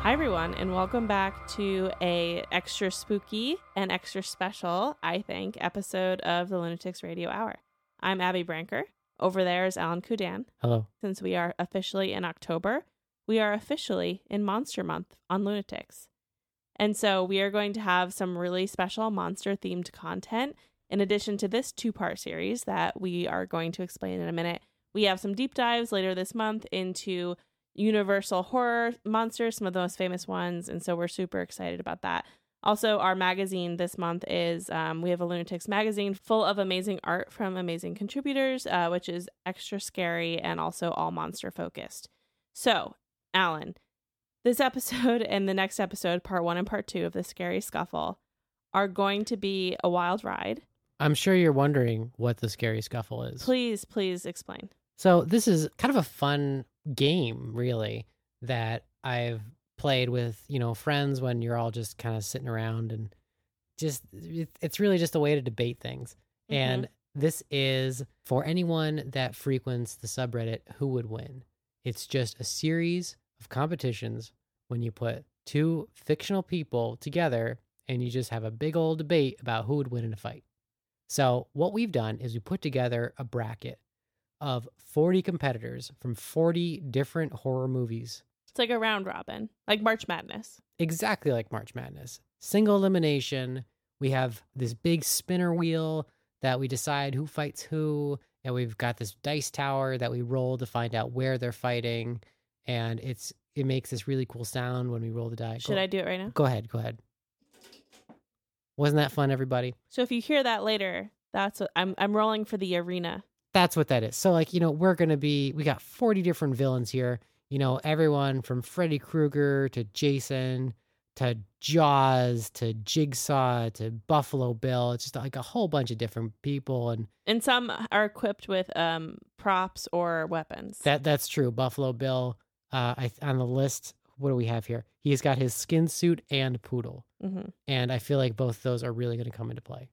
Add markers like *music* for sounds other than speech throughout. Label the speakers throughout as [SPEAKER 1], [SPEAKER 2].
[SPEAKER 1] Hi everyone and welcome back to a extra spooky and extra special, I think, episode of the Lunatics Radio Hour. I'm Abby Branker. Over there is Alan Kudan.
[SPEAKER 2] Hello.
[SPEAKER 1] Since we are officially in October, we are officially in Monster Month on Lunatics. And so we are going to have some really special monster themed content. In addition to this two part series that we are going to explain in a minute, we have some deep dives later this month into universal horror monsters, some of the most famous ones. And so we're super excited about that. Also, our magazine this month is um, we have a Lunatics magazine full of amazing art from amazing contributors, uh, which is extra scary and also all monster focused. So, Alan, this episode *laughs* and the next episode, part one and part two of the Scary Scuffle, are going to be a wild ride.
[SPEAKER 2] I'm sure you're wondering what the scary scuffle is.
[SPEAKER 1] Please, please explain.
[SPEAKER 2] So, this is kind of a fun game, really, that I've played with, you know, friends when you're all just kind of sitting around and just it- it's really just a way to debate things.
[SPEAKER 1] Mm-hmm.
[SPEAKER 2] And this is for anyone that frequents the subreddit who would win. It's just a series of competitions when you put two fictional people together and you just have a big old debate about who would win in a fight. So, what we've done is we put together a bracket of 40 competitors from 40 different horror movies,
[SPEAKER 1] It's like a round robin, like March Madness.
[SPEAKER 2] exactly like March Madness. Single elimination. We have this big spinner wheel that we decide who fights who, and we've got this dice tower that we roll to find out where they're fighting, and it's it makes this really cool sound when we roll the dice.
[SPEAKER 1] Should
[SPEAKER 2] go,
[SPEAKER 1] I do it right now?
[SPEAKER 2] Go ahead, go ahead. Wasn't that fun, everybody?
[SPEAKER 1] So if you hear that later, that's what I'm I'm rolling for the arena.
[SPEAKER 2] that's what that is. So like, you know, we're going to be we got 40 different villains here. You know, everyone from Freddy Krueger to Jason to Jaws to Jigsaw to Buffalo Bill. It's just like a whole bunch of different people and
[SPEAKER 1] And some are equipped with um props or weapons.
[SPEAKER 2] that that's true. Buffalo Bill uh I, on the list, what do we have here? He's got his skin suit and poodle.
[SPEAKER 1] hmm
[SPEAKER 2] And I feel like both those are really going to come into play.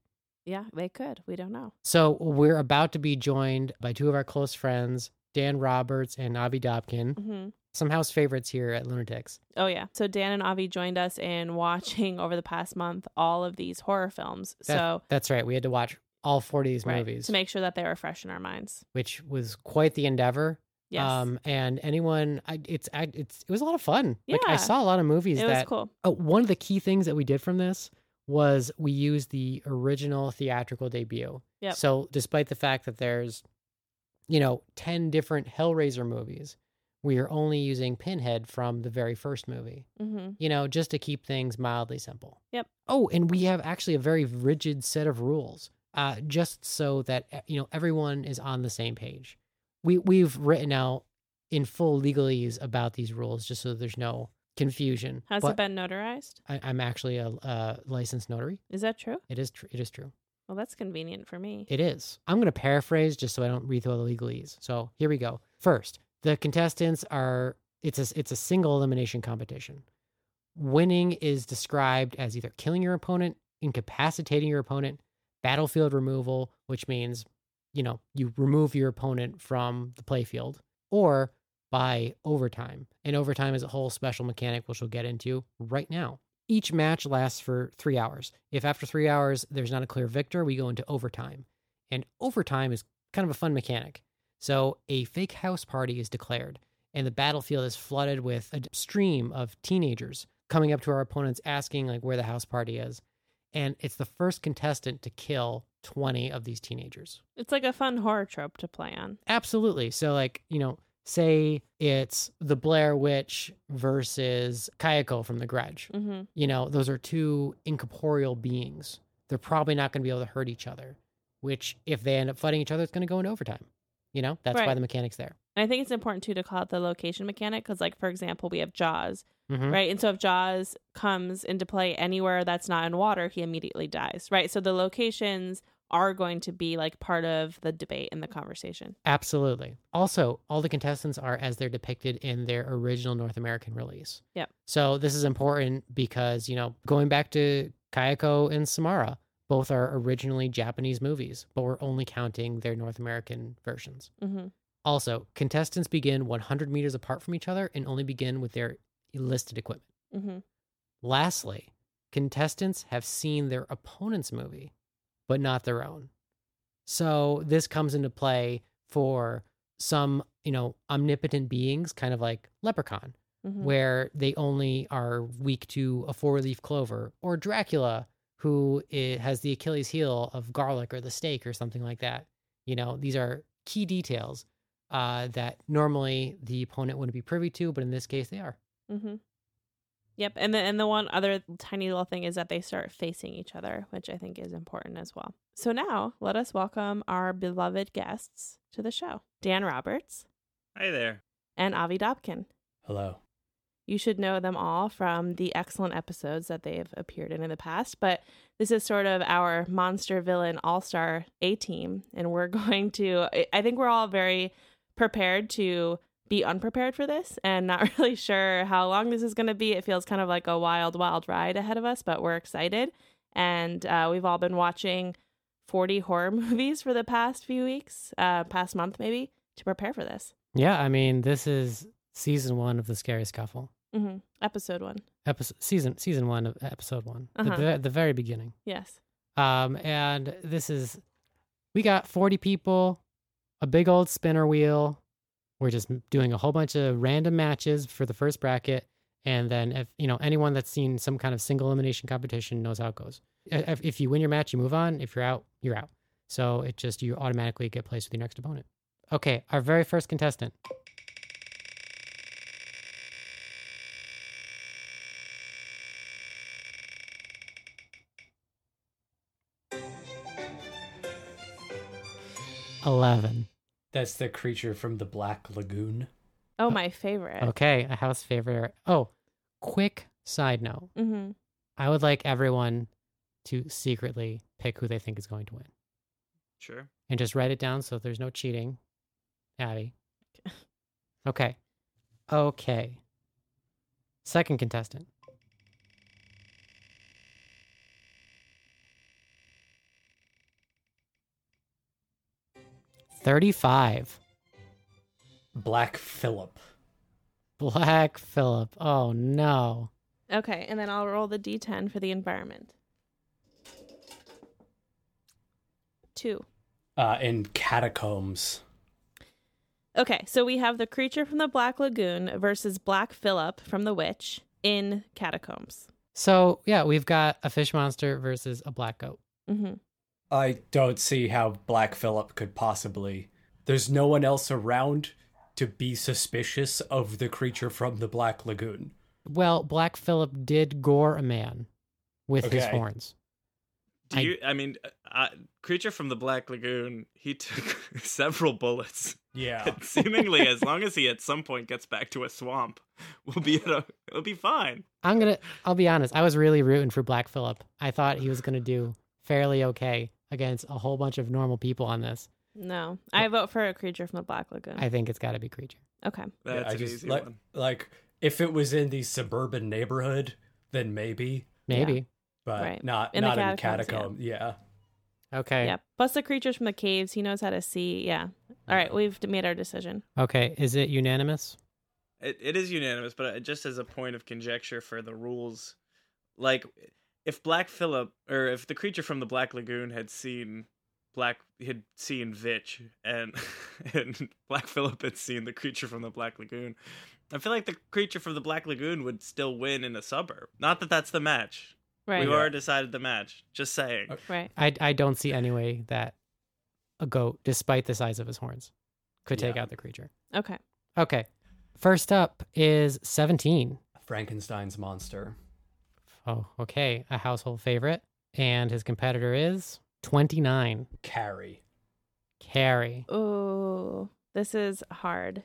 [SPEAKER 1] Yeah, they could. We don't know.
[SPEAKER 2] So we're about to be joined by two of our close friends, Dan Roberts and Avi Dobkin.
[SPEAKER 1] hmm
[SPEAKER 2] some house favorites here at Lunatics.
[SPEAKER 1] Oh yeah. So Dan and Avi joined us in *laughs* watching over the past month all of these horror films. so
[SPEAKER 2] That's right. We had to watch all 40 of these
[SPEAKER 1] right,
[SPEAKER 2] movies,
[SPEAKER 1] to make sure that they were fresh in our minds.
[SPEAKER 2] which was quite the endeavor.
[SPEAKER 1] Yes.
[SPEAKER 2] Um, and anyone, I, it's, I, it's, it was a lot of fun. Like I
[SPEAKER 1] Yeah.
[SPEAKER 2] saw a lot of movies
[SPEAKER 1] it was
[SPEAKER 2] that
[SPEAKER 1] cool.
[SPEAKER 2] oh, one of the key things that we did from this was we used the original theatrical debut.
[SPEAKER 1] Yep.
[SPEAKER 2] So despite the fact that there's, you know, 10 different Hellraiser movies, we are only using Pinhead from the very first movie.
[SPEAKER 1] hmm
[SPEAKER 2] you know, just to keep things mildly simple.
[SPEAKER 1] Yep.
[SPEAKER 2] Oh, and we have actually a very rigid set of rules, uh, just so that eh, you know everyone is on the same page. We we've written out in full legalese about these rules, just so there's no confusion.
[SPEAKER 1] Has
[SPEAKER 2] But
[SPEAKER 1] it been notarized?
[SPEAKER 2] I, I'm actually a, a licensed notary.
[SPEAKER 1] Is that true?
[SPEAKER 2] It is tr- it is true.
[SPEAKER 1] Well, that's convenient for me.
[SPEAKER 2] It is. I'm going to paraphrase just so I don't read through all the legalese. So here we go. First, the contestants are. It's a it's a single elimination competition. Winning is described as either killing your opponent, incapacitating your opponent, battlefield removal, which means, you know, you remove your opponent from the playfield, or by overtime. And overtime is a whole special mechanic which we'll get into right now. Each match lasts for three hours. If after three hours there's not a clear victor, we go into overtime. And overtime is kind of a fun mechanic. So a fake house party is declared, and the battlefield is flooded with a stream of teenagers coming up to our opponents asking like where the house party is. And it's the first contestant to kill 20 of these teenagers.
[SPEAKER 1] It's like a fun horror trope to play on.
[SPEAKER 2] Absolutely. So, like, you know, say it's the Blair Witch versus Kayako from The Grudge.
[SPEAKER 1] hmm
[SPEAKER 2] You know, those are two incorporeal beings. They're probably not going to be able to hurt each other, which, if they end up fighting each other, it's going to go into overtime. You know, that's why
[SPEAKER 1] Right.
[SPEAKER 2] the mechanic's there.
[SPEAKER 1] And I think it's important too to call out the location mechanic because, like, for example, we have Jaws,
[SPEAKER 2] Mhm.
[SPEAKER 1] right? And so if Jaws comes into play anywhere that's not in water, he immediately dies, right? So the locations are going to be like part of the debate and the conversation.
[SPEAKER 2] Absolutely. Also, all the contestants are as they're depicted in their original North American release.
[SPEAKER 1] Yep.
[SPEAKER 2] So this is important because, you know, going back to Kayako and Samara, both are originally Japanese movies, but we're only counting their North American versions.
[SPEAKER 1] hmm
[SPEAKER 2] Also, contestants begin 100 meters apart from each other and only begin with their listed equipment.
[SPEAKER 1] hmm
[SPEAKER 2] Lastly, contestants have seen their opponent's movie, but not their own. So this comes into play for some, you know, omnipotent beings, kind of like Leprechaun,
[SPEAKER 1] hmm
[SPEAKER 2] where they only are weak to a four leaf clover, or Dracula, who i- has the Achilles heel of garlic or the steak or something like that. You know, these are key details uh, that normally the opponent wouldn't be privy to, but in this case, they are.
[SPEAKER 1] hmm Yep. And the and the one other tiny little thing is that they start facing each other, which I think is important as well. So now let us welcome our beloved guests to the show. Dan Roberts
[SPEAKER 3] Hi there.
[SPEAKER 1] and Avi Dobkin.
[SPEAKER 4] Hello.
[SPEAKER 1] You should know them all from the excellent episodes that they've appeared in in the past, but this is sort of our monster villain all star A team. And we're *laughs* going to, I- I think we're all very prepared to be unprepared for this and not *laughs* really sure how long this is going to be. It feels kind of like a wild, wild ride ahead of us, but we're excited. And uh, we've all been watching 40 horror *laughs* movies for the past few weeks, uh, past month maybe, to prepare for this.
[SPEAKER 2] Yeah, I mean, this is season one of the Scary Scuffle.
[SPEAKER 1] hmm Episode one.
[SPEAKER 2] Episode, season season one of episode one, The-
[SPEAKER 1] Uh-huh.
[SPEAKER 2] the, the very beginning.
[SPEAKER 1] Yes.
[SPEAKER 2] Um, and this is we got 40 people, a big old spinner wheel. We're just doing a whole bunch of random matches for the first bracket. And then if you know anyone that's seen some kind of single elimination competition knows how it goes. I- If, if you win your match, you move on. If you're out, you're out. So it just you automatically get placed with your next opponent. Okay, our very first contestant. Eleven.
[SPEAKER 4] That's the creature from the Black Lagoon.
[SPEAKER 1] Oh, my favorite.
[SPEAKER 2] Okay, a house favorite. Oh, quick side note.
[SPEAKER 1] Mm-hmm.
[SPEAKER 2] I would like everyone to secretly pick who they think is going to win.
[SPEAKER 3] Sure.
[SPEAKER 2] and just write it down so there's no cheating. Abby. Okay. Okay. Second contestant. Thirty-five.
[SPEAKER 4] Black Phillip.
[SPEAKER 2] Black Phillip. Oh no.
[SPEAKER 1] Okay, and then I'll roll the d10 for the environment. Two.
[SPEAKER 4] Uh, in Catacombs.
[SPEAKER 1] Okay, so we have the creature from the Black Lagoon versus Black Phillip from the Witch in Catacombs.
[SPEAKER 2] So yeah, we've got a fish monster versus a black goat.
[SPEAKER 1] Mm-hmm.
[SPEAKER 4] I don't see how Black Phillip could possibly. There's no one else around to be suspicious of the creature from the Black Lagoon.
[SPEAKER 2] Well, Black Phillip did gore a man with his
[SPEAKER 4] Okay.
[SPEAKER 2] horns.
[SPEAKER 3] Do
[SPEAKER 2] I-
[SPEAKER 3] you? I mean, uh, creature from the Black Lagoon. He *laughs* took several
[SPEAKER 4] *laughs*
[SPEAKER 3] bullets.
[SPEAKER 4] Yeah.
[SPEAKER 3] And seemingly, as long as he at some point gets back to a swamp, we'll be at a, it'll be fine.
[SPEAKER 2] I'm gonna. I'll be honest. I was really rooting for Black Phillip. I thought he was gonna do fairly okay against a whole bunch of normal people on this.
[SPEAKER 1] No, I vote for a creature from the Black Lagoon.
[SPEAKER 2] I think it's got to be Creature.
[SPEAKER 1] okay.
[SPEAKER 4] Yeah,
[SPEAKER 3] That's
[SPEAKER 4] I
[SPEAKER 3] an
[SPEAKER 4] just-
[SPEAKER 3] easy
[SPEAKER 4] like,
[SPEAKER 3] one.
[SPEAKER 4] like, if it was in the suburban neighborhood, then maybe,
[SPEAKER 2] Maybe.
[SPEAKER 4] but
[SPEAKER 1] Right.
[SPEAKER 4] not
[SPEAKER 1] In the
[SPEAKER 4] not in
[SPEAKER 1] catacombs, yeah.
[SPEAKER 4] catacomb. Yeah.
[SPEAKER 2] Okay.
[SPEAKER 1] Yep. Plus the creatures from the caves. He knows how to see. Yeah. All right, we've made our decision.
[SPEAKER 2] Okay. Is it unanimous?
[SPEAKER 3] It, it is unanimous, but uh, just as a point of conjecture for the rules, like if Black Phillip or if the creature from the Black Lagoon had seen Black had seen Vitch and *laughs* and Black Phillip had seen the creature from the Black Lagoon, I feel like the creature from the Black Lagoon would still win in a suburb. Not that that's the match.
[SPEAKER 1] Right.
[SPEAKER 3] We've already decided the match. Just saying.
[SPEAKER 4] Okay.
[SPEAKER 1] Right.
[SPEAKER 2] I I don't see any way that a goat, despite the size of his horns, could take
[SPEAKER 4] Yeah.
[SPEAKER 2] out the creature.
[SPEAKER 1] Okay.
[SPEAKER 2] Okay. First up is 17.
[SPEAKER 4] Frankenstein's monster.
[SPEAKER 2] Oh, okay. A household favorite, and his competitor is 29.
[SPEAKER 4] Carrie.
[SPEAKER 2] Carrie.
[SPEAKER 1] Oh, this is hard.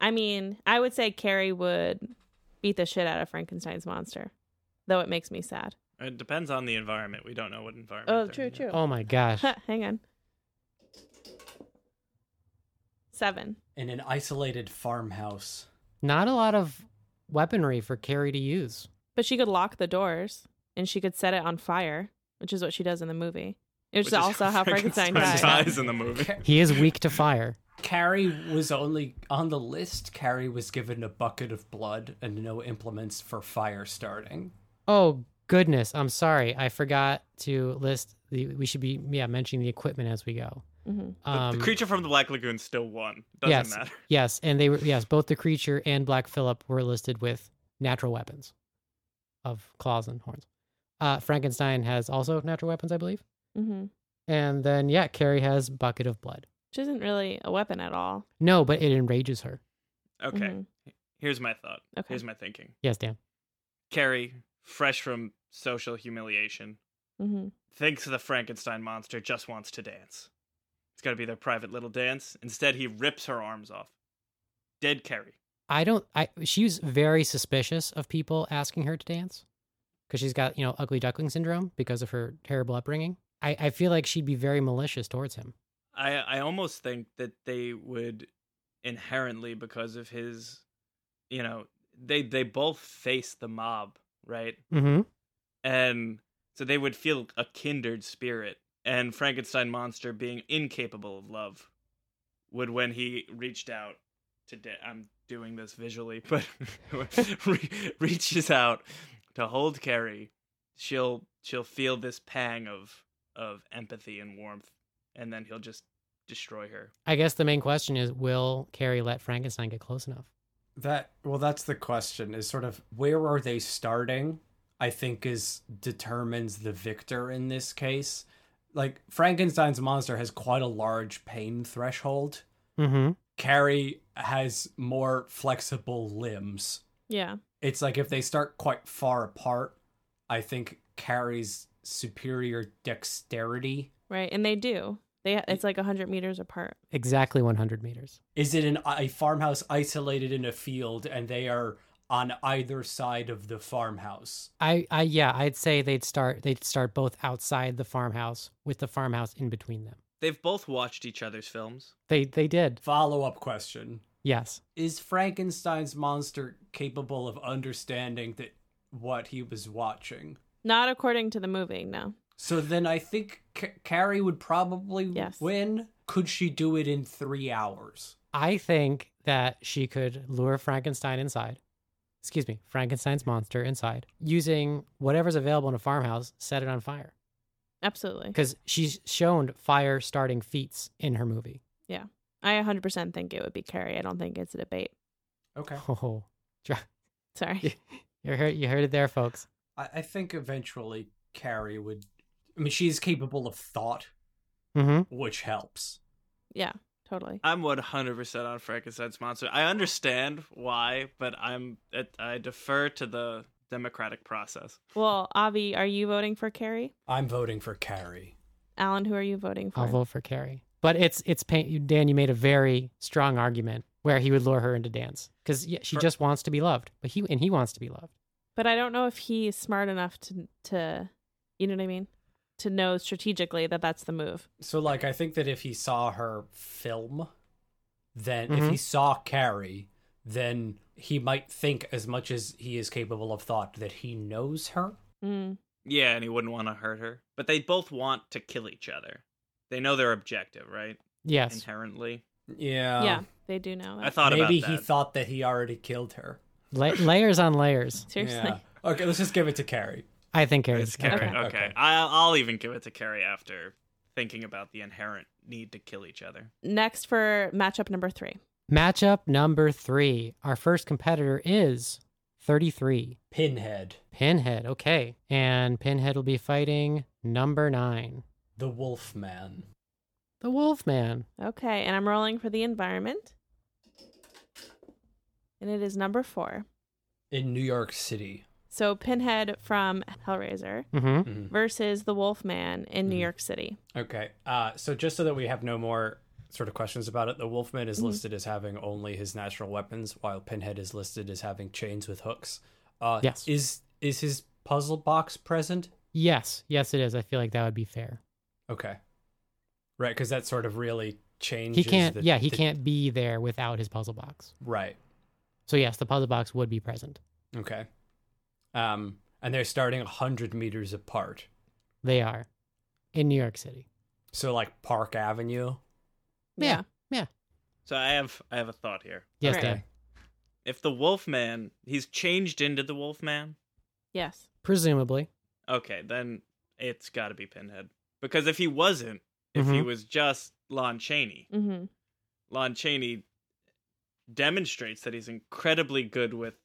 [SPEAKER 1] I mean, I would say Carrie would beat the shit out of Frankenstein's monster, though it makes me sad.
[SPEAKER 3] It depends on the environment. We don't know what environment.
[SPEAKER 1] Oh,
[SPEAKER 3] they're
[SPEAKER 1] true,
[SPEAKER 3] in yet.
[SPEAKER 1] true. *laughs*
[SPEAKER 2] Oh my gosh.
[SPEAKER 1] Ha, hang on. Seven.
[SPEAKER 4] In an isolated farmhouse.
[SPEAKER 2] not a lot of weaponry for Carrie to use.
[SPEAKER 1] But she could lock the doors and she could set it on fire, which
[SPEAKER 3] *laughs*
[SPEAKER 1] is what she does in the movie. Which, is also how Frankenstein, dies.
[SPEAKER 3] in the movie.
[SPEAKER 2] He is weak to fire.
[SPEAKER 4] Carrie was only on the list. Carrie was given a bucket of blood and no implements for fire starting.
[SPEAKER 2] Oh goodness, I'm sorry. I forgot to list the we should be yeah, mentioning the equipment as we go.
[SPEAKER 1] hmm
[SPEAKER 3] The, the creature from the Black Lagoon still won. Doesn't
[SPEAKER 2] Um, yes.
[SPEAKER 3] matter. *laughs*
[SPEAKER 2] Yes, and they were yes, both the creature and Black Phillip were listed with natural weapons of claws and horns. Uh, Frankenstein has also natural weapons, I believe.
[SPEAKER 1] hmm
[SPEAKER 2] And then yeah, Carrie has bucket of blood.
[SPEAKER 1] Which isn't really a weapon at all.
[SPEAKER 2] No, but it enrages her.
[SPEAKER 3] Okay.
[SPEAKER 1] Mhm.
[SPEAKER 3] Here's my thought.
[SPEAKER 1] Okay.
[SPEAKER 3] Here's my thinking.
[SPEAKER 2] Yes, Dan.
[SPEAKER 3] Carrie, fresh from social humiliation,
[SPEAKER 1] hmm
[SPEAKER 3] thinks the Frankenstein monster just wants to dance. It's got to be their private little dance. Instead, he rips her arms off. Dead Carrie.
[SPEAKER 2] I don't. I she was very suspicious of people asking her to dance because she's got you know ugly duckling syndrome because of her terrible upbringing. I, I feel like she'd be very malicious towards him.
[SPEAKER 3] I I almost think that they would inherently because of his, you know, they they both face the mob, right?
[SPEAKER 2] Mm-hmm.
[SPEAKER 3] and Um, so they would feel a kindred spirit and frankenstein monster being incapable of love would when he reached out to de- i'm doing this visually *laughs* but re- reaches out to hold carrie she'll she'll feel this pang of of empathy and warmth and then he'll just destroy her
[SPEAKER 2] I guess the main question is, will Carrie let Frankenstein get close enough?
[SPEAKER 4] That well, that's the question. Is sort of where are they starting? I think is determines the victor in this case. Like Frankenstein's monster has quite a large pain threshold.
[SPEAKER 2] Mm-hmm.
[SPEAKER 4] Carrie has more flexible limbs.
[SPEAKER 1] Yeah.
[SPEAKER 4] It's like if they start quite far apart, I think Carrie's superior dexterity.
[SPEAKER 1] Right. And they do. They it's like hundred meters apart.
[SPEAKER 2] Exactly 100 meters.
[SPEAKER 4] Is it an, a farmhouse isolated in a field and they are on either side of the farmhouse?
[SPEAKER 2] I, I yeah, I'd say they'd start they'd start both outside the farmhouse with the farmhouse in between them.
[SPEAKER 3] they've both watched each other's films
[SPEAKER 2] They they did.
[SPEAKER 4] Follow up question.
[SPEAKER 2] Yes.
[SPEAKER 4] Is Frankenstein's monster capable of understanding that what he was watching?
[SPEAKER 1] Not according to the movie, no.
[SPEAKER 4] So then I think C- Carrie would probably
[SPEAKER 1] Yes.
[SPEAKER 4] win. Could she do it in three hours?
[SPEAKER 2] I think that she could lure Frankenstein inside. Excuse me, Frankenstein's monster inside using whatever's available in a farmhouse, set it on fire.
[SPEAKER 1] Absolutely.
[SPEAKER 2] Because she's shown fire starting feats in her movie.
[SPEAKER 1] I 100% think it would be Carrie. I don't think it's a debate.
[SPEAKER 4] Okay.
[SPEAKER 2] *laughs* Oh,
[SPEAKER 1] Sorry.
[SPEAKER 2] you heard you heard it there, folks.
[SPEAKER 4] I, I think eventually Carrie would. I mean, she's capable of thought,
[SPEAKER 2] Mm-hmm.
[SPEAKER 4] which helps.
[SPEAKER 1] *laughs* Yeah, totally.
[SPEAKER 3] I'm 100% on Frankenstein's monster. I understand why, but I'm I defer to the democratic process.
[SPEAKER 1] Well, Avi, are you voting for Carrie?
[SPEAKER 4] I'm voting for Carrie.
[SPEAKER 1] Alan, who are you voting for?
[SPEAKER 2] I'll vote for Carrie. But it's it's pain. Dan, you made a very strong argument where he would lure her into dance because yeah, she
[SPEAKER 3] For-
[SPEAKER 2] just wants to be loved, but he and he wants to be loved.
[SPEAKER 1] But I don't know if he's smart enough to to you know what I mean? To know strategically that that's the move.
[SPEAKER 4] So, like, I think that if he saw her film, then if
[SPEAKER 2] Mhm.
[SPEAKER 4] he saw Carrie, then he might think as much as he is capable of thought that he knows her.
[SPEAKER 1] Mm.
[SPEAKER 3] Yeah, and he wouldn't want to hurt her. But they both want to kill each other. They know their objective, right?
[SPEAKER 2] Yes,
[SPEAKER 3] Inherently.
[SPEAKER 4] Yeah.
[SPEAKER 1] yeah, they do know.
[SPEAKER 3] Oh. I
[SPEAKER 1] That.
[SPEAKER 3] thought
[SPEAKER 4] Maybe
[SPEAKER 3] about
[SPEAKER 4] he
[SPEAKER 3] that.
[SPEAKER 4] thought that he already killed her.
[SPEAKER 2] La- layers on layers.
[SPEAKER 1] Seriously.
[SPEAKER 4] Yeah. Okay, let's just give it to Carrie.
[SPEAKER 2] I think Carrie's
[SPEAKER 3] it's Carrie.
[SPEAKER 2] okay.
[SPEAKER 3] Okay.
[SPEAKER 4] Okay. Okay.
[SPEAKER 3] I'll, I'll even give it to Carrie after thinking about the inherent need to kill each other.
[SPEAKER 1] Next for matchup number 3.
[SPEAKER 2] Matchup number three. Our first competitor is 33,
[SPEAKER 4] Pinhead,
[SPEAKER 2] Pinhead. Okay. And Pinhead will be fighting number nine,
[SPEAKER 4] the Wolfman.
[SPEAKER 2] the Wolfman.
[SPEAKER 1] Okay, and I'm rolling for the environment. And it is number 4.
[SPEAKER 4] in New York City.
[SPEAKER 1] So Pinhead from Hellraiser
[SPEAKER 2] Mm-hmm.
[SPEAKER 1] versus the Wolfman in New
[SPEAKER 4] Mhm.
[SPEAKER 1] York City.
[SPEAKER 4] Okay. Uh, so just so that we have no more sort of questions about it, the Wolfman is
[SPEAKER 2] Mm-hmm.
[SPEAKER 1] Mhm.
[SPEAKER 4] listed as having only his natural weapons, while Pinhead is listed as having chains with hooks. Uh,
[SPEAKER 2] Yes.
[SPEAKER 4] Is is his puzzle box present?
[SPEAKER 2] Yes. Yes, it is. I feel like that would be fair.
[SPEAKER 4] Okay. Right, because that sort of really changes.
[SPEAKER 2] He can't,
[SPEAKER 4] the-
[SPEAKER 2] yeah, he
[SPEAKER 4] the-
[SPEAKER 2] can't be there without his puzzle box.
[SPEAKER 4] Right.
[SPEAKER 2] So, yes, the puzzle box would be present.
[SPEAKER 4] Okay. Um, and they're starting hundred meters apart,
[SPEAKER 2] They are in New York City.
[SPEAKER 4] so like Park Avenue.
[SPEAKER 2] Yeah.
[SPEAKER 3] So I have I have a thought here.
[SPEAKER 2] Yes,
[SPEAKER 1] Right.
[SPEAKER 2] Dan.
[SPEAKER 3] If the Wolfman, he's changed into the Wolfman.
[SPEAKER 1] Yes.
[SPEAKER 2] Presumably.
[SPEAKER 3] Okay, then it's got to be Pinhead because if he wasn't, if he
[SPEAKER 2] Mhm.
[SPEAKER 3] was just Lon Chaney,
[SPEAKER 1] Mm-hmm.
[SPEAKER 3] Lon Chaney demonstrates that he's incredibly good with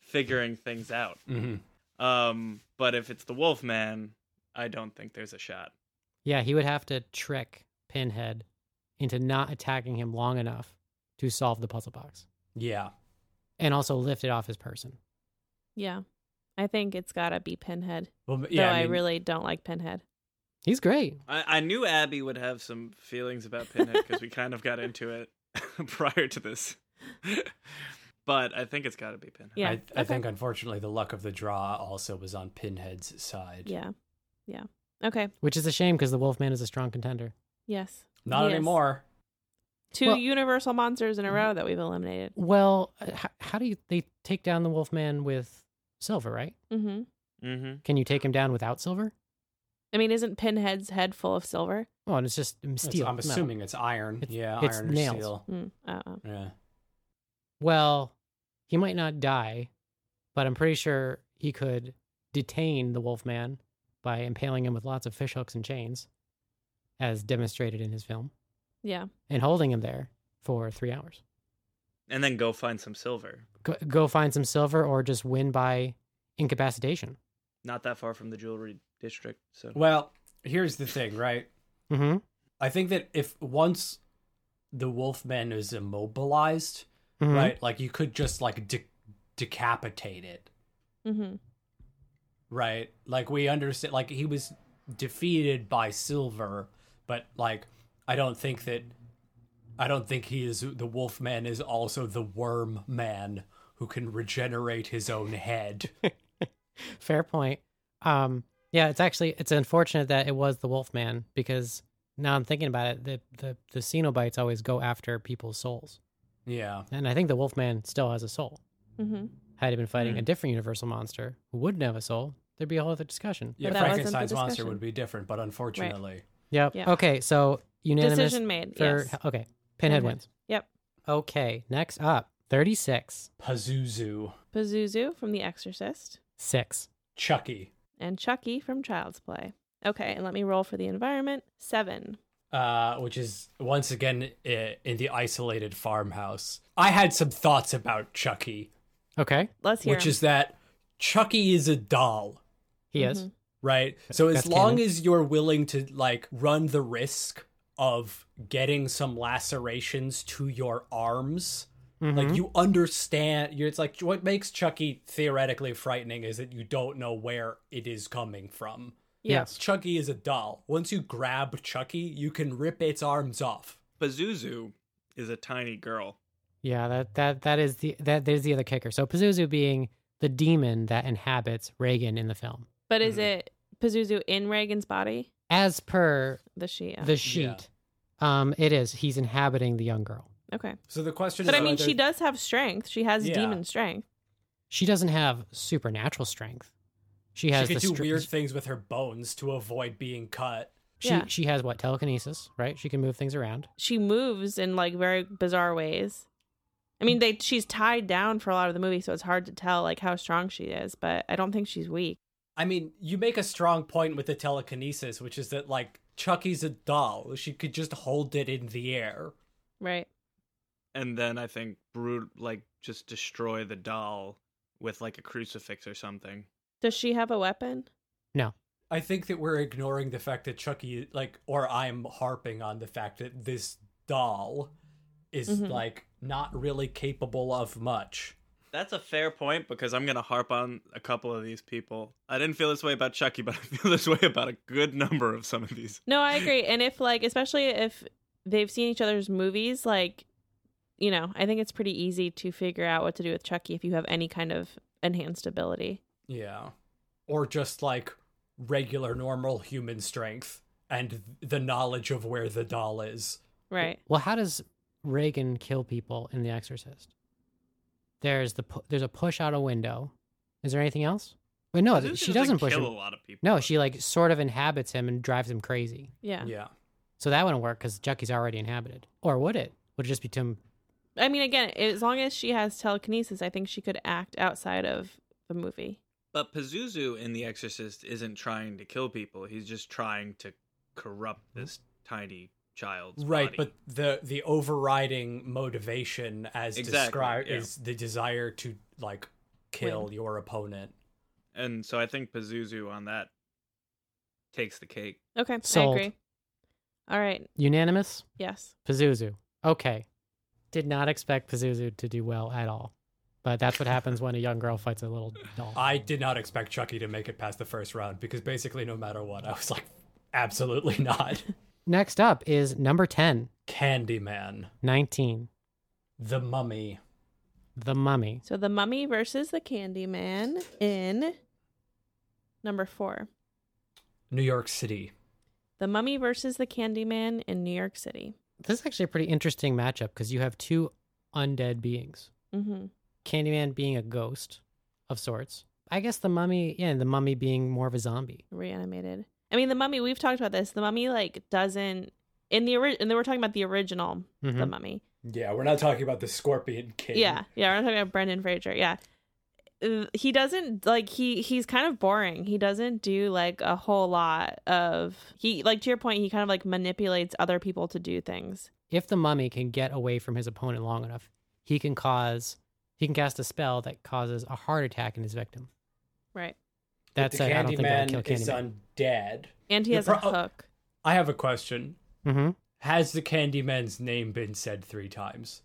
[SPEAKER 3] figuring things out.
[SPEAKER 4] Mhm.
[SPEAKER 3] Um, but if it's the Wolfman, I don't think there's a shot.
[SPEAKER 2] Yeah, he would have to trick Pinhead into not attacking him long enough to solve the puzzle box
[SPEAKER 4] Yeah.
[SPEAKER 2] and also lift it off his person.
[SPEAKER 1] Yeah. I think it's gotta be Pinhead.
[SPEAKER 4] Well,
[SPEAKER 1] Yeah,
[SPEAKER 4] yeah. I,
[SPEAKER 1] I
[SPEAKER 4] mean,
[SPEAKER 1] really don't like Pinhead.
[SPEAKER 2] He's great.
[SPEAKER 3] I, I knew Abby would have some feelings about Pinhead because we kind of got into it *laughs* prior to this. *laughs* but I think it's got to be Pinhead.
[SPEAKER 1] Yeah.
[SPEAKER 4] I, I
[SPEAKER 1] okay.
[SPEAKER 4] think unfortunately the luck of the draw also was on Pinhead's side.
[SPEAKER 1] Yeah. Yeah. Okay.
[SPEAKER 2] Which is a shame because the Wolfman is a strong contender.
[SPEAKER 1] Yes.
[SPEAKER 4] Not
[SPEAKER 1] Yes.
[SPEAKER 4] anymore.
[SPEAKER 1] Two
[SPEAKER 2] Well-
[SPEAKER 1] universal monsters in
[SPEAKER 4] mm-hmm.
[SPEAKER 1] a row that we've eliminated.
[SPEAKER 2] Well, how, how do you they take down the Wolfman with silver? Right?
[SPEAKER 1] Mm-hmm.
[SPEAKER 3] Mm-hmm.
[SPEAKER 2] Can you take him down without silver?
[SPEAKER 1] I mean, isn't Pinhead's head full of silver?
[SPEAKER 2] Oh, and it's just um,
[SPEAKER 4] It's-
[SPEAKER 2] steel.
[SPEAKER 4] I'm
[SPEAKER 2] metal.
[SPEAKER 4] assuming it's iron.
[SPEAKER 2] It's-
[SPEAKER 4] yeah,
[SPEAKER 2] it's
[SPEAKER 4] iron
[SPEAKER 2] nails.
[SPEAKER 4] or steel.
[SPEAKER 1] Mm, uh-uh.
[SPEAKER 4] Yeah.
[SPEAKER 2] Well, he might not die, but I'm pretty sure he could detain the Wolfman by impaling him with lots of fishhooks and chains, as demonstrated in his film,
[SPEAKER 1] Yeah.
[SPEAKER 2] and holding him there for three hours.
[SPEAKER 3] And then go find some silver.
[SPEAKER 2] Go, go find some silver or just win by incapacitation.
[SPEAKER 3] Not that far from the jewelry district. So
[SPEAKER 4] Well, here's the thing, right?
[SPEAKER 2] Mm
[SPEAKER 4] I think that if once the Wolfman is immobilized,
[SPEAKER 2] hmm. hmm
[SPEAKER 4] right? Like you could just like de- decapitate it,
[SPEAKER 1] Mm-hmm.
[SPEAKER 4] right? Like we understand, like he was defeated by Silver, but like I don't think that I don't think he is the Wolfman is also the Worm Man who can regenerate his own head. *laughs*
[SPEAKER 2] Fair point. Um, yeah, it's actually it's unfortunate that it was the Wolfman because now I'm thinking about it, the the the Cenobites always go after people's souls,
[SPEAKER 4] yeah,
[SPEAKER 2] and I think the Wolfman still has a soul.
[SPEAKER 1] Mm-hmm.
[SPEAKER 2] Had he been fighting
[SPEAKER 3] Hmm.
[SPEAKER 2] a different Universal monster who wouldn't have a soul, there'd be a whole other discussion.
[SPEAKER 4] yeah.
[SPEAKER 1] that wasn't the
[SPEAKER 4] Frankenstein's monster
[SPEAKER 1] discussion.
[SPEAKER 4] would be different, but unfortunately,
[SPEAKER 2] Yep.
[SPEAKER 1] Yeah.
[SPEAKER 2] Okay, so unanimous
[SPEAKER 1] Decision made.
[SPEAKER 2] for
[SPEAKER 1] yes.
[SPEAKER 2] okay.
[SPEAKER 1] Pinhead.
[SPEAKER 2] Pinhead wins.
[SPEAKER 1] Yep.
[SPEAKER 2] Okay, next up, thirty-six,
[SPEAKER 4] Pazuzu,
[SPEAKER 1] Pazuzu from The Exorcist
[SPEAKER 2] six.
[SPEAKER 4] Chucky,
[SPEAKER 1] and Chucky from Child's Play. Okay, and let me roll for the environment. Seven.
[SPEAKER 4] uh, which is once again i- in the isolated farmhouse. I had some thoughts about Chucky.
[SPEAKER 2] Okay,
[SPEAKER 1] Let's hear.
[SPEAKER 4] which
[SPEAKER 1] 'em.
[SPEAKER 4] is that Chucky is a doll,
[SPEAKER 2] he is.
[SPEAKER 1] Mhm.
[SPEAKER 4] right? So as
[SPEAKER 2] That's
[SPEAKER 4] long
[SPEAKER 2] canon.
[SPEAKER 4] as you're willing to like run the risk of getting some lacerations to your arms,
[SPEAKER 1] Mm-hmm.
[SPEAKER 2] Mhm.
[SPEAKER 4] like you understand, you're, it's like what makes Chucky theoretically frightening is that you don't know where it is coming from.
[SPEAKER 1] yes.
[SPEAKER 4] Chucky is a doll. Once you grab Chucky, you can rip its arms off.
[SPEAKER 3] Pazuzu is a tiny girl.
[SPEAKER 2] Yeah, that that that is the that, that is the other kicker. So Pazuzu being the demon that inhabits Reagan in the film,
[SPEAKER 1] But is
[SPEAKER 4] Mhm.
[SPEAKER 1] it Pazuzu in Reagan's body?
[SPEAKER 2] as per
[SPEAKER 1] The she. yeah.
[SPEAKER 2] the sheet, um, it is he's inhabiting the young girl.
[SPEAKER 1] okay.
[SPEAKER 4] So the question
[SPEAKER 1] But
[SPEAKER 4] is
[SPEAKER 1] I mean,
[SPEAKER 4] whether-
[SPEAKER 1] she does have strength. She has
[SPEAKER 4] Yeah.
[SPEAKER 1] demon strength.
[SPEAKER 2] She doesn't have supernatural strength. She
[SPEAKER 4] she
[SPEAKER 2] has
[SPEAKER 4] could
[SPEAKER 2] the
[SPEAKER 4] do
[SPEAKER 2] str-
[SPEAKER 4] weird things with her bones to avoid being cut.
[SPEAKER 2] She
[SPEAKER 1] Yeah.
[SPEAKER 2] she has what telekinesis, right? She can move things around.
[SPEAKER 1] She moves in like very bizarre ways. I mean, they she's tied down for a lot of the movie, so it's hard to tell like how strong she is. But I don't think she's weak.
[SPEAKER 4] I mean, you make a strong point with the telekinesis, which is that like Chucky's a doll. She could just hold it in the air.
[SPEAKER 1] Right.
[SPEAKER 3] And then I think brute like just destroy the doll with like a crucifix or something.
[SPEAKER 1] Does she have a weapon?
[SPEAKER 4] I think that we're ignoring the fact that Chucky like or I'm harping on the fact that this doll is
[SPEAKER 1] Mhm.
[SPEAKER 4] like not really capable of much.
[SPEAKER 3] That's a fair point because I'm gonna harp on a couple of these people. I didn't feel this way about Chucky, but *laughs* I feel this way about a good number of some of these.
[SPEAKER 1] No, I agree. And if like, especially if they've seen each other's movies, like, you know, I think it's pretty easy to figure out what to do with Chucky if you have any kind of enhanced ability.
[SPEAKER 4] Yeah. Or just like regular normal human strength and the knowledge of where the doll is.
[SPEAKER 1] Right.
[SPEAKER 2] Well, how does Reagan kill people in The Exorcist? There's the pu- there's a push out a window. Is there anything else? Wait, no,
[SPEAKER 3] Pazuzu
[SPEAKER 2] she doesn't push
[SPEAKER 3] kill a
[SPEAKER 2] him.
[SPEAKER 3] lot of people.
[SPEAKER 2] No, she like sort of inhabits him and drives him crazy.
[SPEAKER 1] Yeah.
[SPEAKER 4] yeah.
[SPEAKER 2] So that wouldn't work because Chucky's already inhabited. Or would it? Would it just be Tim
[SPEAKER 1] I mean, again, as long as she has telekinesis, I think she could act outside of the movie.
[SPEAKER 3] But Pazuzu in The Exorcist isn't trying to kill people. He's just trying to corrupt
[SPEAKER 2] Hmm?
[SPEAKER 3] this tiny child's
[SPEAKER 4] right
[SPEAKER 3] body.
[SPEAKER 4] but the the overriding motivation as
[SPEAKER 3] Exactly,
[SPEAKER 4] described
[SPEAKER 3] yeah.
[SPEAKER 4] is the desire to like kill your opponent
[SPEAKER 3] and so I think Pazuzu on that takes the cake.
[SPEAKER 1] Okay,
[SPEAKER 2] Sold.
[SPEAKER 1] I agree. All right.
[SPEAKER 2] Unanimous?
[SPEAKER 1] Yes.
[SPEAKER 2] Pazuzu. Okay. Did not expect Pazuzu to do well at all. But that's what happens when a young girl fights a little doll.
[SPEAKER 4] i did not expect chucky to make it past the first round because basically no matter what i was like absolutely *laughs* not
[SPEAKER 2] Next up is number 10,
[SPEAKER 4] candyman
[SPEAKER 2] 19,
[SPEAKER 4] the mummy
[SPEAKER 2] The Mummy.
[SPEAKER 1] So the mummy versus the Candyman in number four.
[SPEAKER 4] new york city
[SPEAKER 1] The mummy versus the Candyman in New York City.
[SPEAKER 2] This is actually a pretty interesting matchup because you have two undead beings.
[SPEAKER 1] Mm-hmm.
[SPEAKER 2] Candyman being a ghost of sorts. I guess the mummy, yeah, the mummy being more of a zombie.
[SPEAKER 1] Reanimated. I mean, the mummy. We've talked about this. The mummy like doesn't in the original. And then we're talking about the original,
[SPEAKER 2] Mhm.
[SPEAKER 1] the mummy.
[SPEAKER 4] yeah we're not talking about the scorpion king
[SPEAKER 1] Yeah, yeah. We're not talking about Brendan Fraser. Yeah, Uh, he doesn't like he he's kind of boring. He doesn't do like a whole lot of he like to your point. He kind of like manipulates other people to do things.
[SPEAKER 2] if the mummy can get away from his opponent long enough, he can cause he can cast a spell that causes a heart attack in his victim.
[SPEAKER 1] Right,
[SPEAKER 2] That
[SPEAKER 4] the
[SPEAKER 2] said, I don't think that
[SPEAKER 4] candyman
[SPEAKER 2] would kill
[SPEAKER 4] is
[SPEAKER 2] Candyman.
[SPEAKER 4] undead
[SPEAKER 1] and he
[SPEAKER 4] The
[SPEAKER 1] has a
[SPEAKER 4] pro- oh.
[SPEAKER 1] hook.
[SPEAKER 4] i have a question
[SPEAKER 2] hmm
[SPEAKER 4] has the candyman's name been said three times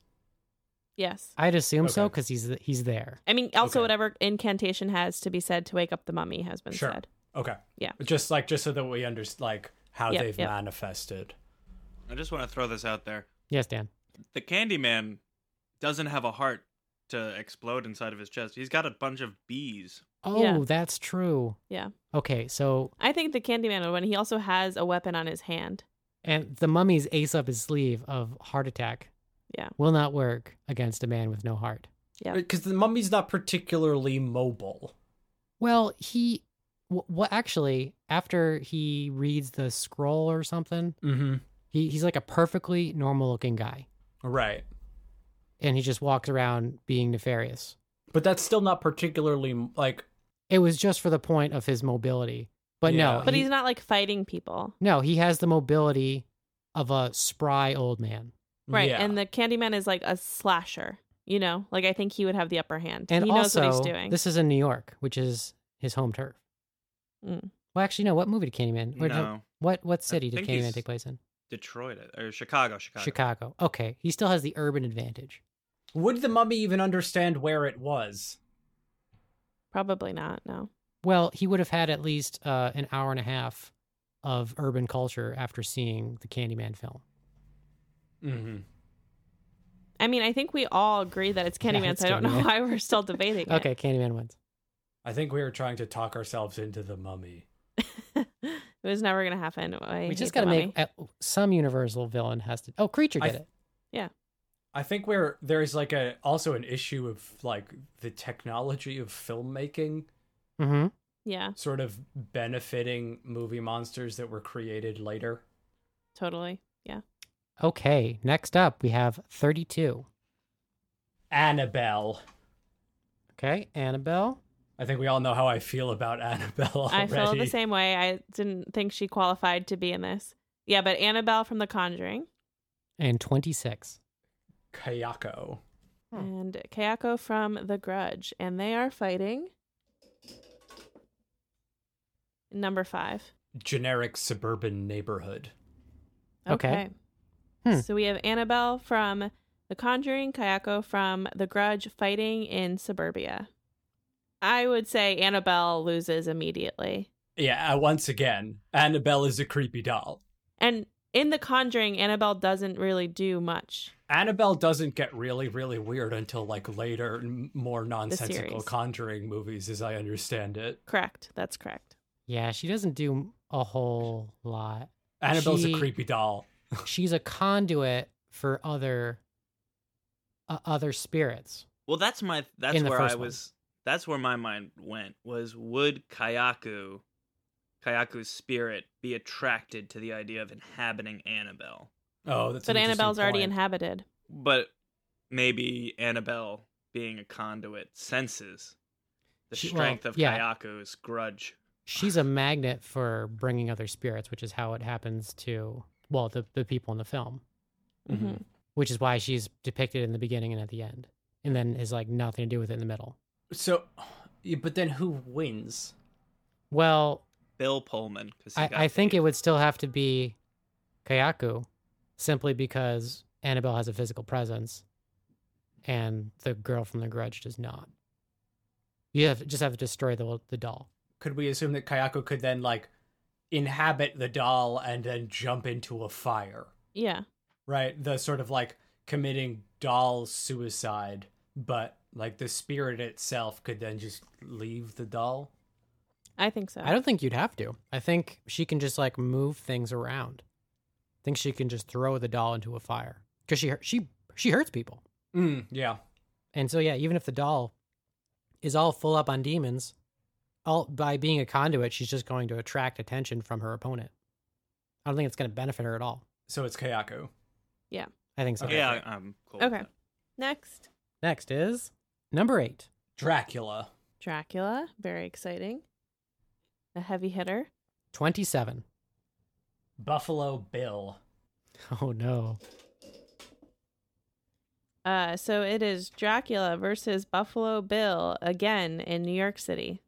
[SPEAKER 1] Yes,
[SPEAKER 2] I'd assume so
[SPEAKER 4] Okay.
[SPEAKER 2] because he's he's there.
[SPEAKER 1] I mean also
[SPEAKER 4] Okay.
[SPEAKER 1] whatever incantation has to be said to wake up the mummy has been
[SPEAKER 4] Sure.
[SPEAKER 1] said.
[SPEAKER 4] okay
[SPEAKER 1] Yeah.
[SPEAKER 4] just like just so that we understand like how
[SPEAKER 1] Yep,
[SPEAKER 4] they've
[SPEAKER 1] yep.
[SPEAKER 4] manifested
[SPEAKER 3] I just want to throw this out there.
[SPEAKER 2] Yes, Dan.
[SPEAKER 3] The Candyman doesn't have a heart to explode inside of his chest. He's got a bunch of bees.
[SPEAKER 2] Oh,
[SPEAKER 1] Yeah.
[SPEAKER 2] that's true.
[SPEAKER 1] Yeah,
[SPEAKER 2] Okay, so
[SPEAKER 1] I think the Candyman would win. He also has a weapon on his hand.
[SPEAKER 2] and the mummy's ace up his sleeve of heart attack.
[SPEAKER 1] Yeah.
[SPEAKER 2] will not work against a man with no heart.
[SPEAKER 1] Yeah.
[SPEAKER 4] Because Uh, the mummy's not particularly mobile.
[SPEAKER 2] Well, he, w- well, actually, after he reads the scroll or something,
[SPEAKER 4] Mm-hmm.
[SPEAKER 2] he, he's like a perfectly normal looking guy,
[SPEAKER 4] Right.
[SPEAKER 2] and he just walks around being nefarious.
[SPEAKER 4] But that's still not particularly like
[SPEAKER 2] It was just for the point of his mobility. But no,
[SPEAKER 4] Yeah.
[SPEAKER 1] But
[SPEAKER 2] he-
[SPEAKER 1] he's not like fighting people,
[SPEAKER 2] no, he has the mobility of a spry old man.
[SPEAKER 1] right?
[SPEAKER 4] Yeah.
[SPEAKER 1] And the Candyman is like a slasher. You know, like I think he would have the upper hand.
[SPEAKER 2] And
[SPEAKER 1] he
[SPEAKER 2] also,
[SPEAKER 1] knows what he's doing.
[SPEAKER 2] this is in New York, which is his home turf.
[SPEAKER 1] Mm.
[SPEAKER 2] Well, actually, no. What movie did Candyman? Where did-
[SPEAKER 3] No.
[SPEAKER 2] What what city did
[SPEAKER 3] think
[SPEAKER 2] Candyman
[SPEAKER 3] he's-
[SPEAKER 2] take place in?
[SPEAKER 3] Detroit or Chicago, Chicago.
[SPEAKER 2] Chicago. Okay, he still has the urban advantage.
[SPEAKER 4] would the mummy even understand where it was?
[SPEAKER 1] Probably not. No.
[SPEAKER 2] Well, he would have had at least uh, an hour and a half of urban culture after seeing the Candyman film.
[SPEAKER 4] Mm-hmm.
[SPEAKER 1] I mean, I think we all agree that it's
[SPEAKER 2] *laughs* Yeah,
[SPEAKER 1] Candyman,
[SPEAKER 2] it's
[SPEAKER 1] so I don't know
[SPEAKER 2] Candyman.
[SPEAKER 1] why we're still
[SPEAKER 2] *laughs*
[SPEAKER 1] debating it.
[SPEAKER 2] Okay, Candyman wins.
[SPEAKER 4] I think we were trying to talk ourselves into the mummy.
[SPEAKER 1] *laughs* It was never going to happen. I
[SPEAKER 2] we
[SPEAKER 1] hate
[SPEAKER 2] just got
[SPEAKER 1] the
[SPEAKER 2] to
[SPEAKER 1] mummy.
[SPEAKER 2] make at, some universal villain has to. Oh, creature
[SPEAKER 4] I
[SPEAKER 2] did
[SPEAKER 4] th-
[SPEAKER 2] it.
[SPEAKER 4] I think we're there's like a also an issue of like the technology of filmmaking
[SPEAKER 2] Mm-hmm.
[SPEAKER 1] Yeah,
[SPEAKER 4] sort of benefiting movie monsters that were created later.
[SPEAKER 1] totally. Yeah.
[SPEAKER 2] Okay, next up we have 32.
[SPEAKER 4] Annabelle.
[SPEAKER 2] Okay, Annabelle.
[SPEAKER 4] I think we all know how I feel about *laughs*
[SPEAKER 2] Oh,
[SPEAKER 4] Annabelle already.
[SPEAKER 1] I feel the same way. I didn't think she qualified to be in this. Yeah, but Annabelle from The Conjuring
[SPEAKER 2] And 26.
[SPEAKER 4] Kayako.
[SPEAKER 2] Hmm.
[SPEAKER 1] and Kayako from The Grudge, and they are fighting. Number five.
[SPEAKER 4] generic suburban neighborhood.
[SPEAKER 2] Okay.
[SPEAKER 1] Okay.
[SPEAKER 2] Hmm.
[SPEAKER 1] So we have Annabelle from The Conjuring, Kayako from The Grudge fighting in suburbia. I would say Annabelle loses immediately.
[SPEAKER 4] Yeah, uh, once again, Annabelle is a creepy doll.
[SPEAKER 1] And in The Conjuring, Annabelle doesn't really do much.
[SPEAKER 4] Annabelle doesn't get really, really weird until like later, n- more nonsensical
[SPEAKER 1] series.
[SPEAKER 4] Conjuring movies, as I understand it.
[SPEAKER 1] Correct. That's correct.
[SPEAKER 2] Yeah, she doesn't do a whole lot.
[SPEAKER 4] Annabelle's
[SPEAKER 2] She-
[SPEAKER 4] a creepy doll.
[SPEAKER 2] She's a conduit for other uh, other spirits.
[SPEAKER 3] Well, that's my that's
[SPEAKER 2] In the
[SPEAKER 3] where I
[SPEAKER 2] first one.
[SPEAKER 3] was that's where my mind went was would Kayaku Kayaku's spirit be attracted to the idea of inhabiting Annabelle?
[SPEAKER 4] Oh, that's
[SPEAKER 1] but
[SPEAKER 4] an interesting
[SPEAKER 1] Annabelle's already
[SPEAKER 4] point.
[SPEAKER 1] inhabited.
[SPEAKER 3] But maybe Annabelle being a conduit senses the
[SPEAKER 2] She- well,
[SPEAKER 3] strength of
[SPEAKER 2] yeah.
[SPEAKER 3] Kayako's grudge.
[SPEAKER 2] She's a magnet for bringing other spirits, which is how it happens to well the, the people in the film,
[SPEAKER 4] Mm-hmm.
[SPEAKER 1] hmm
[SPEAKER 2] which is why she's depicted in the beginning and at the end, and then is like nothing to do with it in the middle.
[SPEAKER 4] So, yeah, but then who wins?
[SPEAKER 2] Well,
[SPEAKER 3] Bill Pullman. 'cause he
[SPEAKER 2] I,
[SPEAKER 3] got
[SPEAKER 2] I think
[SPEAKER 3] paid.
[SPEAKER 2] it would still have to be Kayaku, simply because Annabelle has a physical presence, and the girl from The Grudge does not. You have just have to destroy the the doll.
[SPEAKER 4] Could we assume that Kayako could then like inhabit the doll and then jump into a fire?
[SPEAKER 1] Yeah.
[SPEAKER 4] Right, the sort of like committing doll suicide, but like the spirit itself could then just leave the doll.
[SPEAKER 1] I think so.
[SPEAKER 2] I don't think you'd have to. I think she can just like move things around. I think she can just throw the doll into a fire because she hurt- she she hurts people.
[SPEAKER 4] Mm, yeah.
[SPEAKER 2] And so yeah, even if the doll is all full up on demons, all by being a conduit, she's just going to attract attention from her opponent. I don't think it's going to benefit her at all.
[SPEAKER 4] So it's Kayako.
[SPEAKER 2] I think so.
[SPEAKER 4] Okay.
[SPEAKER 3] Yeah, I'm cool. with
[SPEAKER 1] Okay.
[SPEAKER 3] that.
[SPEAKER 1] Next,
[SPEAKER 2] Next is number eight.
[SPEAKER 4] Dracula.
[SPEAKER 1] Dracula. Very exciting. A heavy hitter.
[SPEAKER 2] 27.
[SPEAKER 4] Buffalo Bill.
[SPEAKER 2] *laughs* Oh no.
[SPEAKER 1] Uh, so it is Dracula versus Buffalo Bill again in New York City.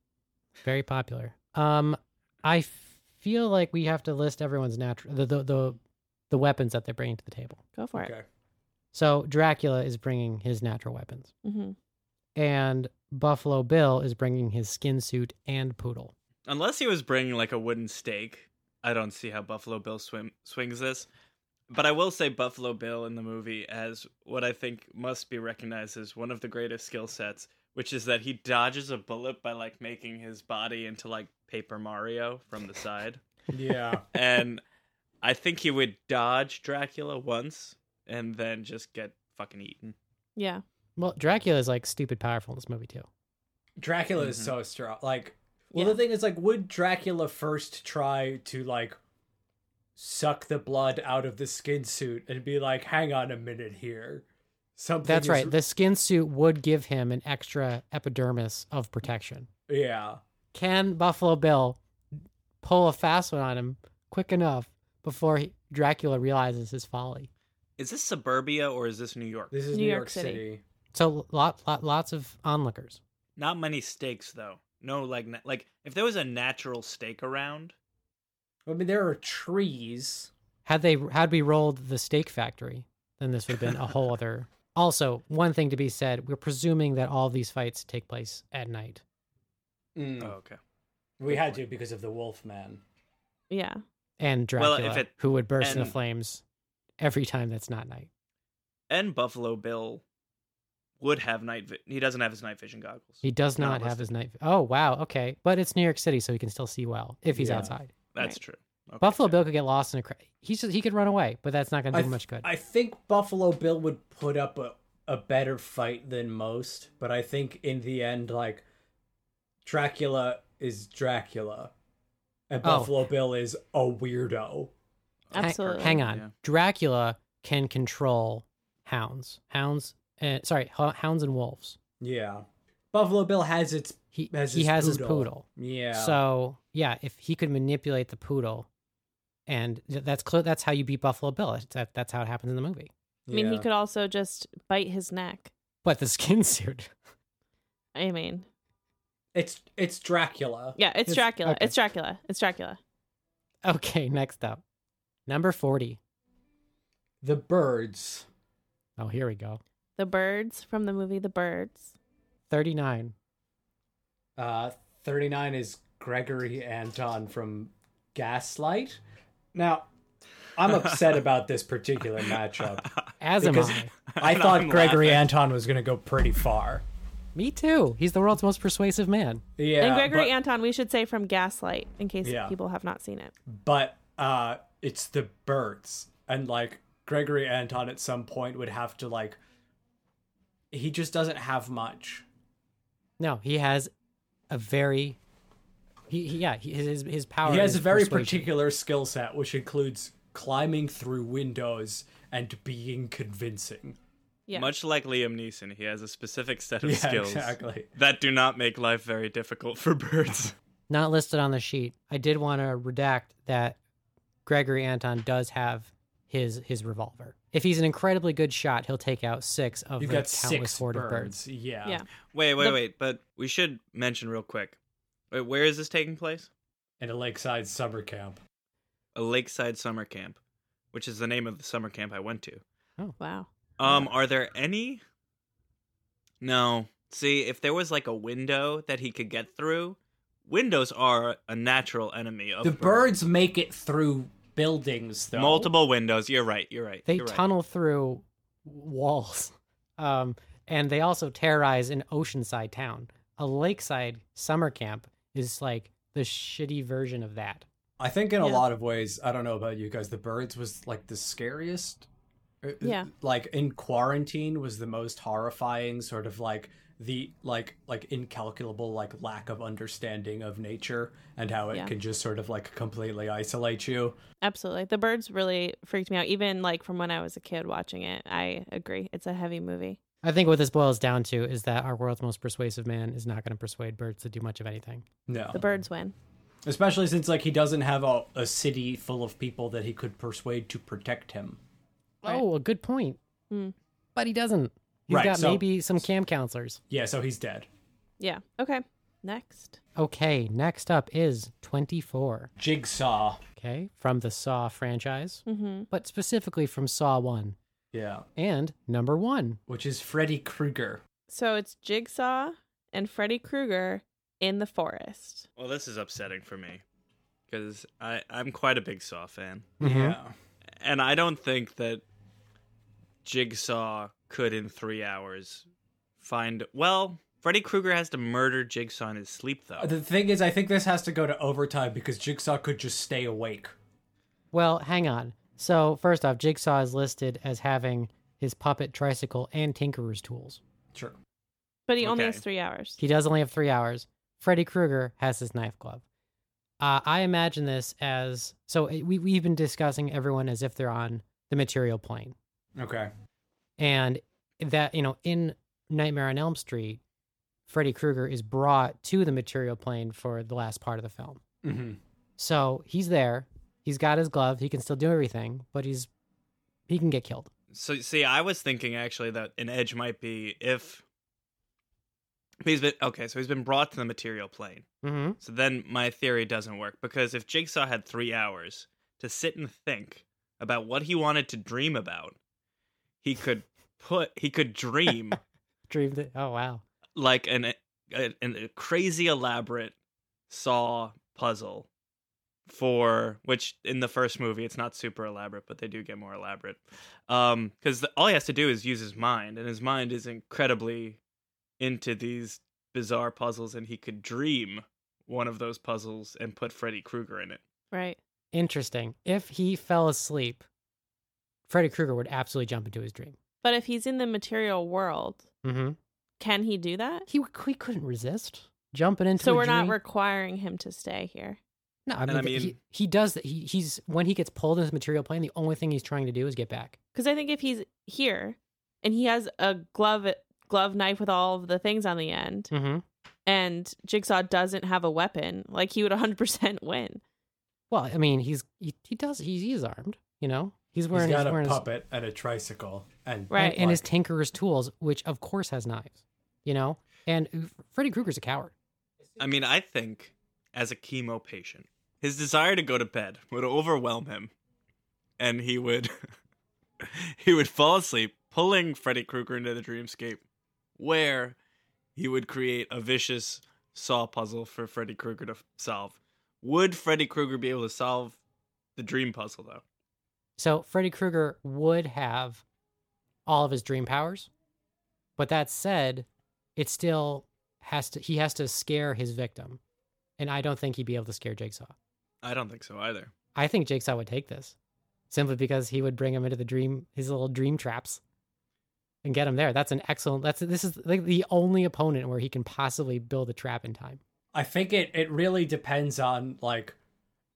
[SPEAKER 2] Very popular. Um, I f- feel like we have to list everyone's natural the, the the the weapons that they're bringing to the table.
[SPEAKER 1] Go for it.
[SPEAKER 2] So Dracula is bringing his natural weapons,
[SPEAKER 1] hmm
[SPEAKER 2] and Buffalo Bill is bringing his skin suit and poodle.
[SPEAKER 3] Unless he was bringing like a wooden stake, I don't see how Buffalo Bill swim swings this. But I will say Buffalo Bill in the movie has what I think must be recognized as one of the greatest skill sets, which is that he dodges a bullet by like making his body into like Paper Mario from the side.
[SPEAKER 4] Yeah.
[SPEAKER 3] and I think he would dodge Dracula once and then just get fucking eaten.
[SPEAKER 1] Yeah.
[SPEAKER 2] Well, Dracula is like stupid powerful in this movie too.
[SPEAKER 4] Dracula is
[SPEAKER 3] Mhm.
[SPEAKER 4] so strong. Like, well, the
[SPEAKER 1] Yeah.
[SPEAKER 4] thing is, like, would Dracula first try to like suck the blood out of the skin suit and be like, "Hang on a minute here, something."
[SPEAKER 2] That's
[SPEAKER 4] is-
[SPEAKER 2] right. The skin suit would give him an extra epidermis of protection.
[SPEAKER 4] yeah,
[SPEAKER 2] Can Buffalo Bill pull a fast one on him quick enough before he, Dracula realizes his folly?
[SPEAKER 3] Is this suburbia or is this New York?
[SPEAKER 4] this is New, York, City.
[SPEAKER 2] So lot, lot lots of onlookers.
[SPEAKER 3] Not many stakes though. No, like na- like if there was a natural stake around,
[SPEAKER 4] I mean, there are trees.
[SPEAKER 2] Had they had we rolled the steak factory, then this would have been a whole
[SPEAKER 3] *laughs*
[SPEAKER 2] other. Also, one thing to be said: we're presuming that all these fights take place at night. Mm.
[SPEAKER 3] Oh, okay.
[SPEAKER 4] we
[SPEAKER 3] good
[SPEAKER 4] had
[SPEAKER 3] point.
[SPEAKER 4] to because of the Wolf Man.
[SPEAKER 1] Yeah.
[SPEAKER 2] And
[SPEAKER 3] Well,
[SPEAKER 2] Dracula,
[SPEAKER 3] if it-
[SPEAKER 2] who would burst into
[SPEAKER 3] and-
[SPEAKER 2] flames every time that's not night.
[SPEAKER 3] And Buffalo Bill would have night. Vi- he doesn't have his night vision goggles.
[SPEAKER 2] He does
[SPEAKER 3] Not
[SPEAKER 2] not have his night. Oh wow, okay, but it's New York City, so he can still see well if he's
[SPEAKER 4] Yeah.
[SPEAKER 2] outside.
[SPEAKER 3] That's
[SPEAKER 1] Right.
[SPEAKER 3] true. Okay,
[SPEAKER 2] Buffalo
[SPEAKER 3] fair.
[SPEAKER 2] Bill could get lost in a. Cra- he just, he could run away, but that's not going to
[SPEAKER 4] I
[SPEAKER 2] do
[SPEAKER 4] th-
[SPEAKER 2] much good.
[SPEAKER 4] I think Buffalo Bill would put up a, a better fight than most, but I think in the end, like Dracula is Dracula, and
[SPEAKER 2] Oh.
[SPEAKER 4] Buffalo Bill is a weirdo.
[SPEAKER 2] Hang-
[SPEAKER 1] Absolutely.
[SPEAKER 2] Hang on.
[SPEAKER 3] Yeah.
[SPEAKER 2] Dracula can control hounds. Hounds and sorry, ho- hounds and wolves.
[SPEAKER 4] Yeah, Buffalo Bill has its
[SPEAKER 2] He
[SPEAKER 4] has
[SPEAKER 2] he
[SPEAKER 4] his
[SPEAKER 2] has his
[SPEAKER 4] poodle.
[SPEAKER 2] poodle.
[SPEAKER 4] yeah.
[SPEAKER 2] So, yeah, if he could manipulate the poodle and th- that's clear that's how you beat Buffalo Bill. It's That, that's how it happens in the movie.
[SPEAKER 1] I mean, he
[SPEAKER 4] yeah.
[SPEAKER 1] could also just bite his neck.
[SPEAKER 2] But the *laughs* skin suit.
[SPEAKER 1] I mean,
[SPEAKER 4] It's it's Dracula.
[SPEAKER 1] yeah, it's,
[SPEAKER 2] It's-
[SPEAKER 1] Dracula.
[SPEAKER 2] okay.
[SPEAKER 1] It's Dracula. It's Dracula.
[SPEAKER 2] Okay, next up. Number 40.
[SPEAKER 4] The birds.
[SPEAKER 2] Oh, here we go.
[SPEAKER 1] The birds from the movie The Birds.
[SPEAKER 2] 39.
[SPEAKER 4] Uh, 39 is Gregory Anton from Gaslight. Now, I'm
[SPEAKER 2] *laughs*
[SPEAKER 4] upset about this particular matchup.
[SPEAKER 2] As
[SPEAKER 4] Because-
[SPEAKER 2] am I.
[SPEAKER 4] I
[SPEAKER 3] No,
[SPEAKER 4] thought
[SPEAKER 3] I'm
[SPEAKER 4] Gregory
[SPEAKER 3] laughing.
[SPEAKER 4] Anton was going to go pretty far.
[SPEAKER 2] Me too. He's the world's most persuasive man.
[SPEAKER 4] Yeah.
[SPEAKER 1] and Gregory
[SPEAKER 4] but,
[SPEAKER 1] Anton, we should say from Gaslight, in case
[SPEAKER 4] Yeah.
[SPEAKER 1] people have not seen it.
[SPEAKER 4] but uh it's the birds and like Gregory Anton at some point would have to like he just doesn't have much.
[SPEAKER 2] No, he has a very he, he yeah, he, his his power
[SPEAKER 4] He has
[SPEAKER 2] is
[SPEAKER 4] a very
[SPEAKER 2] persuasion.
[SPEAKER 4] particular skill set which includes climbing through windows and being convincing.
[SPEAKER 1] Yeah.
[SPEAKER 3] Much like Liam Neeson, he has a specific set of
[SPEAKER 4] *laughs* yeah,
[SPEAKER 3] skills
[SPEAKER 4] exactly.
[SPEAKER 3] that do not make life very difficult for birds. *laughs*
[SPEAKER 2] Not listed on the sheet. I did want to redact that Gregory Anton does have his his revolver. If he's an incredibly good shot, he'll take out six of
[SPEAKER 4] You've
[SPEAKER 2] the
[SPEAKER 4] got
[SPEAKER 2] countless
[SPEAKER 4] six
[SPEAKER 2] horde
[SPEAKER 4] birds.
[SPEAKER 2] of birds.
[SPEAKER 4] Yeah.
[SPEAKER 1] Yeah.
[SPEAKER 3] Wait, wait,
[SPEAKER 1] The-
[SPEAKER 3] wait. But we should mention real quick. Wait, where is this taking place?
[SPEAKER 4] In a lakeside summer camp.
[SPEAKER 3] A lakeside summer camp, which is the name of the summer camp I went to.
[SPEAKER 1] Wow.
[SPEAKER 3] Um, are there any? No. See, if there was like a window that he could get through, windows are a natural enemy of
[SPEAKER 4] The
[SPEAKER 3] birds.
[SPEAKER 4] birds make it through buildings, though.
[SPEAKER 3] Multiple windows. You're right. You're right.
[SPEAKER 2] They
[SPEAKER 3] you're right.
[SPEAKER 2] tunnel through walls, *laughs* um, and they also terrorize an oceanside town. A lakeside summer camp is like the shitty version of that.
[SPEAKER 4] I think in a
[SPEAKER 1] Yeah.
[SPEAKER 4] lot of ways, I don't know about you guys, the birds was like the scariest. Uh, uh,
[SPEAKER 1] Yeah.
[SPEAKER 4] Like in quarantine was the most horrifying sort of like the like like incalculable like lack of understanding of nature and how it
[SPEAKER 1] Yeah.
[SPEAKER 4] can just sort of like completely isolate you.
[SPEAKER 1] Absolutely. The birds really freaked me out, even like from when I was a kid watching it. I agree. It's a heavy movie.
[SPEAKER 2] I think what this boils down to is that our world's most persuasive man is not going to persuade birds to do much of anything.
[SPEAKER 4] No.
[SPEAKER 1] The birds win.
[SPEAKER 4] Especially since like he doesn't have a, a city full of people that he could persuade to protect him.
[SPEAKER 1] Right.
[SPEAKER 2] Oh, a good point.
[SPEAKER 1] Hmm.
[SPEAKER 2] But he doesn't. He's
[SPEAKER 4] Right,
[SPEAKER 2] got
[SPEAKER 4] so-
[SPEAKER 2] maybe some camp counselors.
[SPEAKER 4] Yeah, so he's dead.
[SPEAKER 1] Yeah. Okay. Next.
[SPEAKER 2] Okay, next up is 24.
[SPEAKER 4] Jigsaw.
[SPEAKER 2] Okay, from the Saw franchise,
[SPEAKER 1] Mm-hmm.
[SPEAKER 2] but specifically from Saw 1
[SPEAKER 4] Yeah.
[SPEAKER 2] and number 1.
[SPEAKER 4] Which is Freddy Krueger.
[SPEAKER 1] So it's Jigsaw and Freddy Krueger in the forest.
[SPEAKER 3] Well, this is upsetting for me because I I'm quite a big Saw fan,
[SPEAKER 4] Yeah.
[SPEAKER 3] and I don't think that Jigsaw could in three hours find. Well, Freddy Krueger has to murder Jigsaw in his sleep though.
[SPEAKER 4] The thing is, I think this has to go to overtime because Jigsaw could just stay awake.
[SPEAKER 2] Well, hang on. So, first off, Jigsaw is listed as having his puppet tricycle and tinkerer's tools.
[SPEAKER 4] Sure.
[SPEAKER 1] But he only
[SPEAKER 3] Okay.
[SPEAKER 1] has three hours.
[SPEAKER 2] He does only have three hours. Freddy Krueger has his knife glove. Uh, I imagine this as so it- we, we've been discussing everyone as if they're on the material plane.
[SPEAKER 4] Okay.
[SPEAKER 2] And that, you know, in Nightmare on Elm Street, Freddy Krueger is brought to the material plane for the last part of the film.
[SPEAKER 4] Mm-hmm.
[SPEAKER 2] So he's there. He's got his glove. He can still do everything, but he's he can get killed.
[SPEAKER 3] So see, I was thinking actually that an edge might be if he's been okay. So he's been brought to the material plane.
[SPEAKER 2] Mm-hmm.
[SPEAKER 3] So then my theory doesn't work because if Jigsaw had three hours to sit and think about what he wanted to dream about, he could put he could dream
[SPEAKER 2] Dreamed it. Oh wow.
[SPEAKER 3] like an a, an a crazy elaborate saw puzzle for which in the first movie it's not super elaborate but they do get more elaborate um because all he has to do is use his mind and his mind is incredibly into these bizarre puzzles and he could dream one of those puzzles and put freddy krueger in it
[SPEAKER 1] Right.
[SPEAKER 2] Interesting. If he fell asleep, Freddy Krueger would absolutely jump into his dream.
[SPEAKER 1] But if he's in the material world,
[SPEAKER 2] Mm-hmm.
[SPEAKER 1] can he do that?
[SPEAKER 2] He, w- he couldn't resist jumping into.
[SPEAKER 1] So
[SPEAKER 2] a
[SPEAKER 1] we're not
[SPEAKER 2] dream.
[SPEAKER 1] requiring him to stay here.
[SPEAKER 2] no, I
[SPEAKER 3] And
[SPEAKER 2] mean,
[SPEAKER 3] I
[SPEAKER 2] th- he,
[SPEAKER 3] mean-
[SPEAKER 2] he does. That. He he's when he gets pulled into the material plane, the only thing he's trying to do is get back.
[SPEAKER 1] Because I think if he's here and he has a glove glove knife with all of the things on the end,
[SPEAKER 2] Mm-hmm.
[SPEAKER 1] and Jigsaw doesn't have a weapon, like he would 100% win.
[SPEAKER 2] Well, I mean, he's he, he does he's, he is armed. You know, he's
[SPEAKER 4] He's
[SPEAKER 2] wearing
[SPEAKER 4] got a
[SPEAKER 2] wearing his-
[SPEAKER 4] puppet and a tricycle, and
[SPEAKER 1] Right.
[SPEAKER 2] and, and his
[SPEAKER 4] like-
[SPEAKER 2] tinkerer's tools, which of course has knives. You know, and uh, Freddy Krueger's a coward.
[SPEAKER 3] i mean i think as a chemo patient his desire to go to bed would overwhelm him and he would *laughs* he would fall asleep pulling freddy krueger into the dreamscape where he would create a vicious saw puzzle for freddy krueger to solve would freddy krueger be able to solve the dream puzzle though
[SPEAKER 2] So Freddy Krueger would have all of his dream powers, but that said, it still has to he has to scare his victim, and I don't think he'd be able to scare Jigsaw.
[SPEAKER 3] i don't think so either
[SPEAKER 2] I think Jigsaw would take this simply because he would bring him into the dream his little dream traps and get him there. That's an excellent. That's this is like the only opponent where he can possibly build a trap in time.
[SPEAKER 4] I think it it really depends on like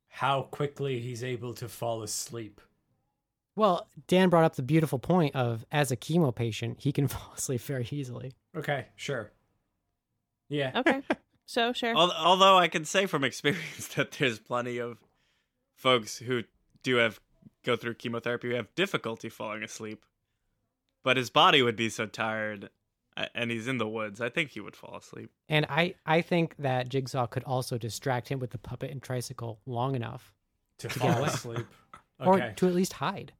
[SPEAKER 4] how quickly he's able to fall asleep.
[SPEAKER 2] Well, Dan brought up the beautiful point of as a chemo patient, he can *laughs* fall asleep very easily.
[SPEAKER 4] Okay, sure. Yeah.
[SPEAKER 2] *laughs*
[SPEAKER 1] Okay. so sure.
[SPEAKER 3] Al- Although I can say from *laughs* experience that there's plenty of folks who do have go through chemotherapy who have difficulty falling asleep, but his body would be so tired, a- and he's in the woods. I think he would fall asleep.
[SPEAKER 2] And I, I think that Jigsaw could also distract him with the puppet and tricycle long enough,
[SPEAKER 4] To
[SPEAKER 2] get
[SPEAKER 4] fall
[SPEAKER 2] away.
[SPEAKER 4] *laughs* asleep.
[SPEAKER 2] or
[SPEAKER 4] Okay.
[SPEAKER 2] to at least hide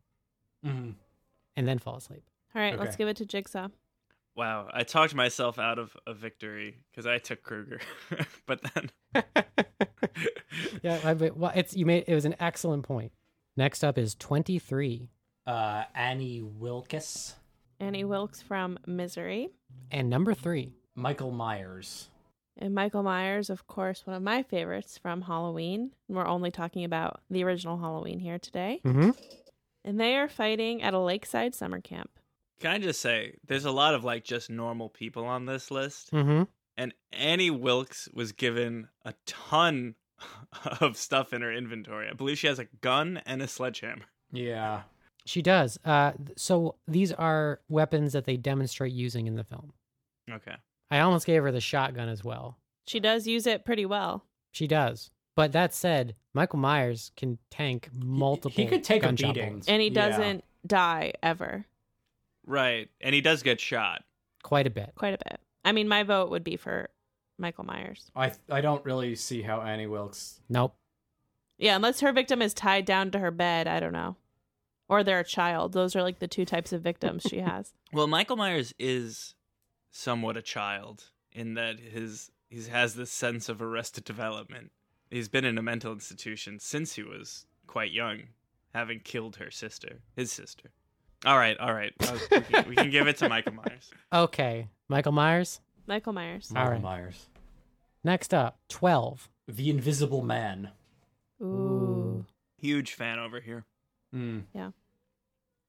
[SPEAKER 4] Mhm.
[SPEAKER 2] and then fall
[SPEAKER 4] *laughs*
[SPEAKER 2] asleep.
[SPEAKER 1] All right, let's
[SPEAKER 4] Okay.
[SPEAKER 1] give it to Jigsaw.
[SPEAKER 3] Wow, I talked myself out of a victory because I took Kruger, *laughs* but then *laughs*
[SPEAKER 2] Yeah, I, but- well, it's you made it was an excellent point. Next up is twenty three,
[SPEAKER 4] Uh, Annie Wilkes,
[SPEAKER 1] Annie Wilkes from Misery.
[SPEAKER 2] and number three.
[SPEAKER 4] Michael Myers.
[SPEAKER 1] And Michael Myers, of course, one of my favorites from Halloween. We're only talking about the original Halloween here today.
[SPEAKER 2] Mm-hmm.
[SPEAKER 1] And they are fighting at a lakeside summer camp.
[SPEAKER 3] can I just say there's a lot of like just normal people on this list,
[SPEAKER 2] Mm-hmm.
[SPEAKER 3] and Annie Wilkes was given a ton *laughs* of stuff in her inventory. I believe she has a gun and a sledgehammer.
[SPEAKER 4] Yeah.
[SPEAKER 2] She does. Uh, th- so these are weapons that they demonstrate using in the film.
[SPEAKER 3] Okay.
[SPEAKER 2] I almost gave her the shotgun as well.
[SPEAKER 1] She does use it pretty well.
[SPEAKER 2] She does. But that said, Michael Myers can tank multiple.
[SPEAKER 4] He could take a
[SPEAKER 2] gunshot
[SPEAKER 4] beating.
[SPEAKER 2] bullets.
[SPEAKER 1] And he
[SPEAKER 4] Yeah.
[SPEAKER 1] doesn't die ever,
[SPEAKER 3] Right. And he does get shot.
[SPEAKER 2] quite a bit.
[SPEAKER 1] quite a bit. I mean, my vote would be for Michael Myers.
[SPEAKER 4] I I don't really see how Annie Wilkes.
[SPEAKER 2] Nope.
[SPEAKER 1] Yeah, unless her victim is tied down to her bed. I don't know. Or they're a child. Those are like the two types of victims she has.
[SPEAKER 3] Well, Michael Myers is somewhat a child in that his he has this sense of arrested development. He's been in a mental institution since he was quite young, having killed her sister, his sister. All right, all right. I was- we, can, we can give it to Michael Myers.
[SPEAKER 2] Okay. Michael Myers.
[SPEAKER 1] Michael Myers.
[SPEAKER 4] Michael
[SPEAKER 2] right.
[SPEAKER 4] Myers.
[SPEAKER 2] Next up, twelve.
[SPEAKER 4] The Invisible Man.
[SPEAKER 1] Ooh.
[SPEAKER 3] Huge fan over here.
[SPEAKER 4] Mm.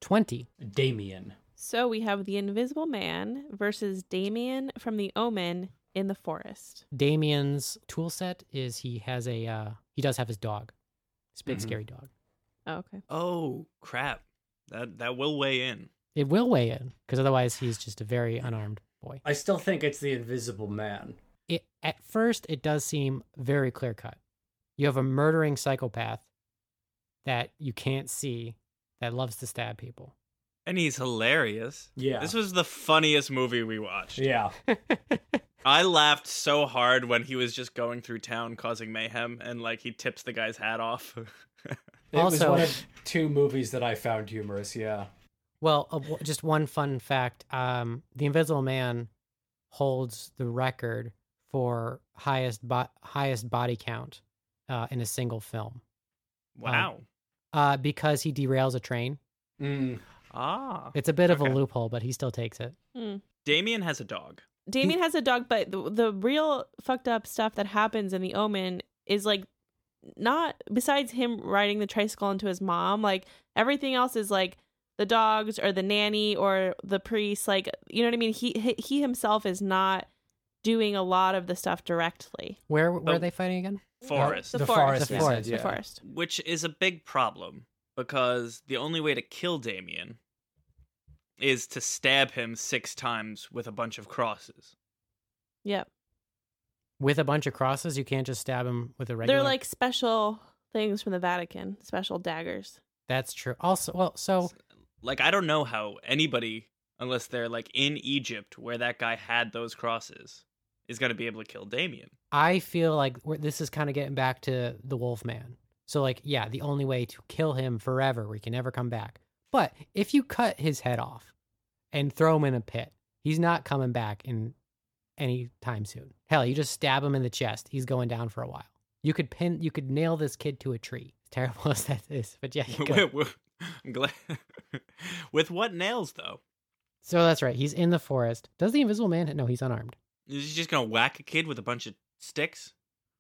[SPEAKER 2] Twenty.
[SPEAKER 4] Damien.
[SPEAKER 1] So we have the Invisible Man versus Damien from The Omen in the forest.
[SPEAKER 2] Damien's tool set is he has a uh, he does have his dog. His big
[SPEAKER 4] Mhm.
[SPEAKER 2] scary dog.
[SPEAKER 1] Oh, okay.
[SPEAKER 3] Oh crap! That that will weigh in.
[SPEAKER 2] It will weigh in because otherwise he's just a very unarmed boy.
[SPEAKER 4] I still think it's the Invisible Man.
[SPEAKER 2] It at first it does seem very clear cut. You have a murdering psychopath that you can't see that loves to stab people. *laughs*
[SPEAKER 3] And he's hilarious.
[SPEAKER 4] Yeah.
[SPEAKER 3] This was the funniest movie we watched.
[SPEAKER 4] yeah.
[SPEAKER 3] I laughed so hard when he was just going through town causing mayhem and like he tips the guy's hat off. *laughs*
[SPEAKER 4] It was
[SPEAKER 2] Also-
[SPEAKER 4] one of two movies that I found humorous. Yeah.
[SPEAKER 2] Well, uh, w- just one fun fact: um, the Invisible Man holds the record for highest bo- highest body count uh, in a single film
[SPEAKER 3] wow.
[SPEAKER 2] uh, because he derails a train.
[SPEAKER 4] Mm.
[SPEAKER 3] ah.
[SPEAKER 2] It's a bit of a
[SPEAKER 3] Okay.
[SPEAKER 2] loophole, but he still takes it.
[SPEAKER 1] Hmm.
[SPEAKER 3] Damien has a dog.
[SPEAKER 1] Damien has a dog, but the, the real fucked up stuff that happens in The Omen is like not besides him riding the tricycle into his mom, like everything else is like the dogs or the nanny or the priest, like you know what I mean? He he, he himself is not doing a lot of the stuff directly.
[SPEAKER 2] Where where
[SPEAKER 3] Oh.
[SPEAKER 2] are they fighting again?
[SPEAKER 3] Forest.
[SPEAKER 1] The forest.
[SPEAKER 2] The
[SPEAKER 4] we
[SPEAKER 2] forest,
[SPEAKER 4] said,
[SPEAKER 1] The
[SPEAKER 4] yeah.
[SPEAKER 1] forest.
[SPEAKER 3] Which is a big problem because the only way to kill Damien is to stab him six times with a bunch of crosses.
[SPEAKER 1] Yep.
[SPEAKER 2] With a bunch of crosses, you can't just stab him with a regular.
[SPEAKER 1] They're like special things from the Vatican, special daggers.
[SPEAKER 2] that's true. Also, well, so
[SPEAKER 3] Like I don't know how anybody unless they're like in Egypt where that guy had those crosses is going to be able to kill Damien.
[SPEAKER 2] I feel like we're, this is kind of getting back to the Wolfman. So, like, yeah, the only way to kill him forever, we can never come back. But if you cut his head off and throw him in a pit, he's not coming back in any time soon. Hell, you just stab him in the chest; he's going down for a while. You could pin, you could nail this kid to a tree. *laughs* Terrible as that is, but *laughs* yeah,
[SPEAKER 3] *laughs*
[SPEAKER 2] you could.
[SPEAKER 3] I'm glad. *laughs* With what nails though?
[SPEAKER 2] so that's right. He's in the forest. Does the Invisible Man? No, he's unarmed.
[SPEAKER 3] Is he just gonna whack a kid with a bunch of sticks?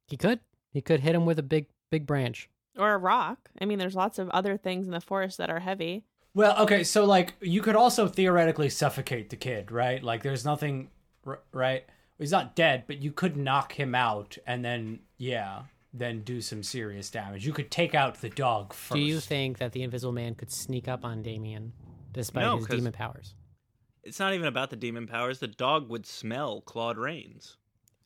[SPEAKER 2] He could, he could hit him with a big, big branch.
[SPEAKER 1] Or a rock. I mean, there's lots of other things in the forest that are heavy.
[SPEAKER 4] Well, okay. So, like, you could also theoretically suffocate the kid, right? Like, there's nothing, r- right? He's not dead, but you could knock him out and then, yeah, then do some serious damage. You could take out the dog first.
[SPEAKER 2] Do you think that the Invisible Man could sneak up on Damien despite
[SPEAKER 3] No,
[SPEAKER 2] his
[SPEAKER 3] 'cause-
[SPEAKER 2] demon powers?
[SPEAKER 3] It's not even about the demon powers. The dog would smell Claude Rains.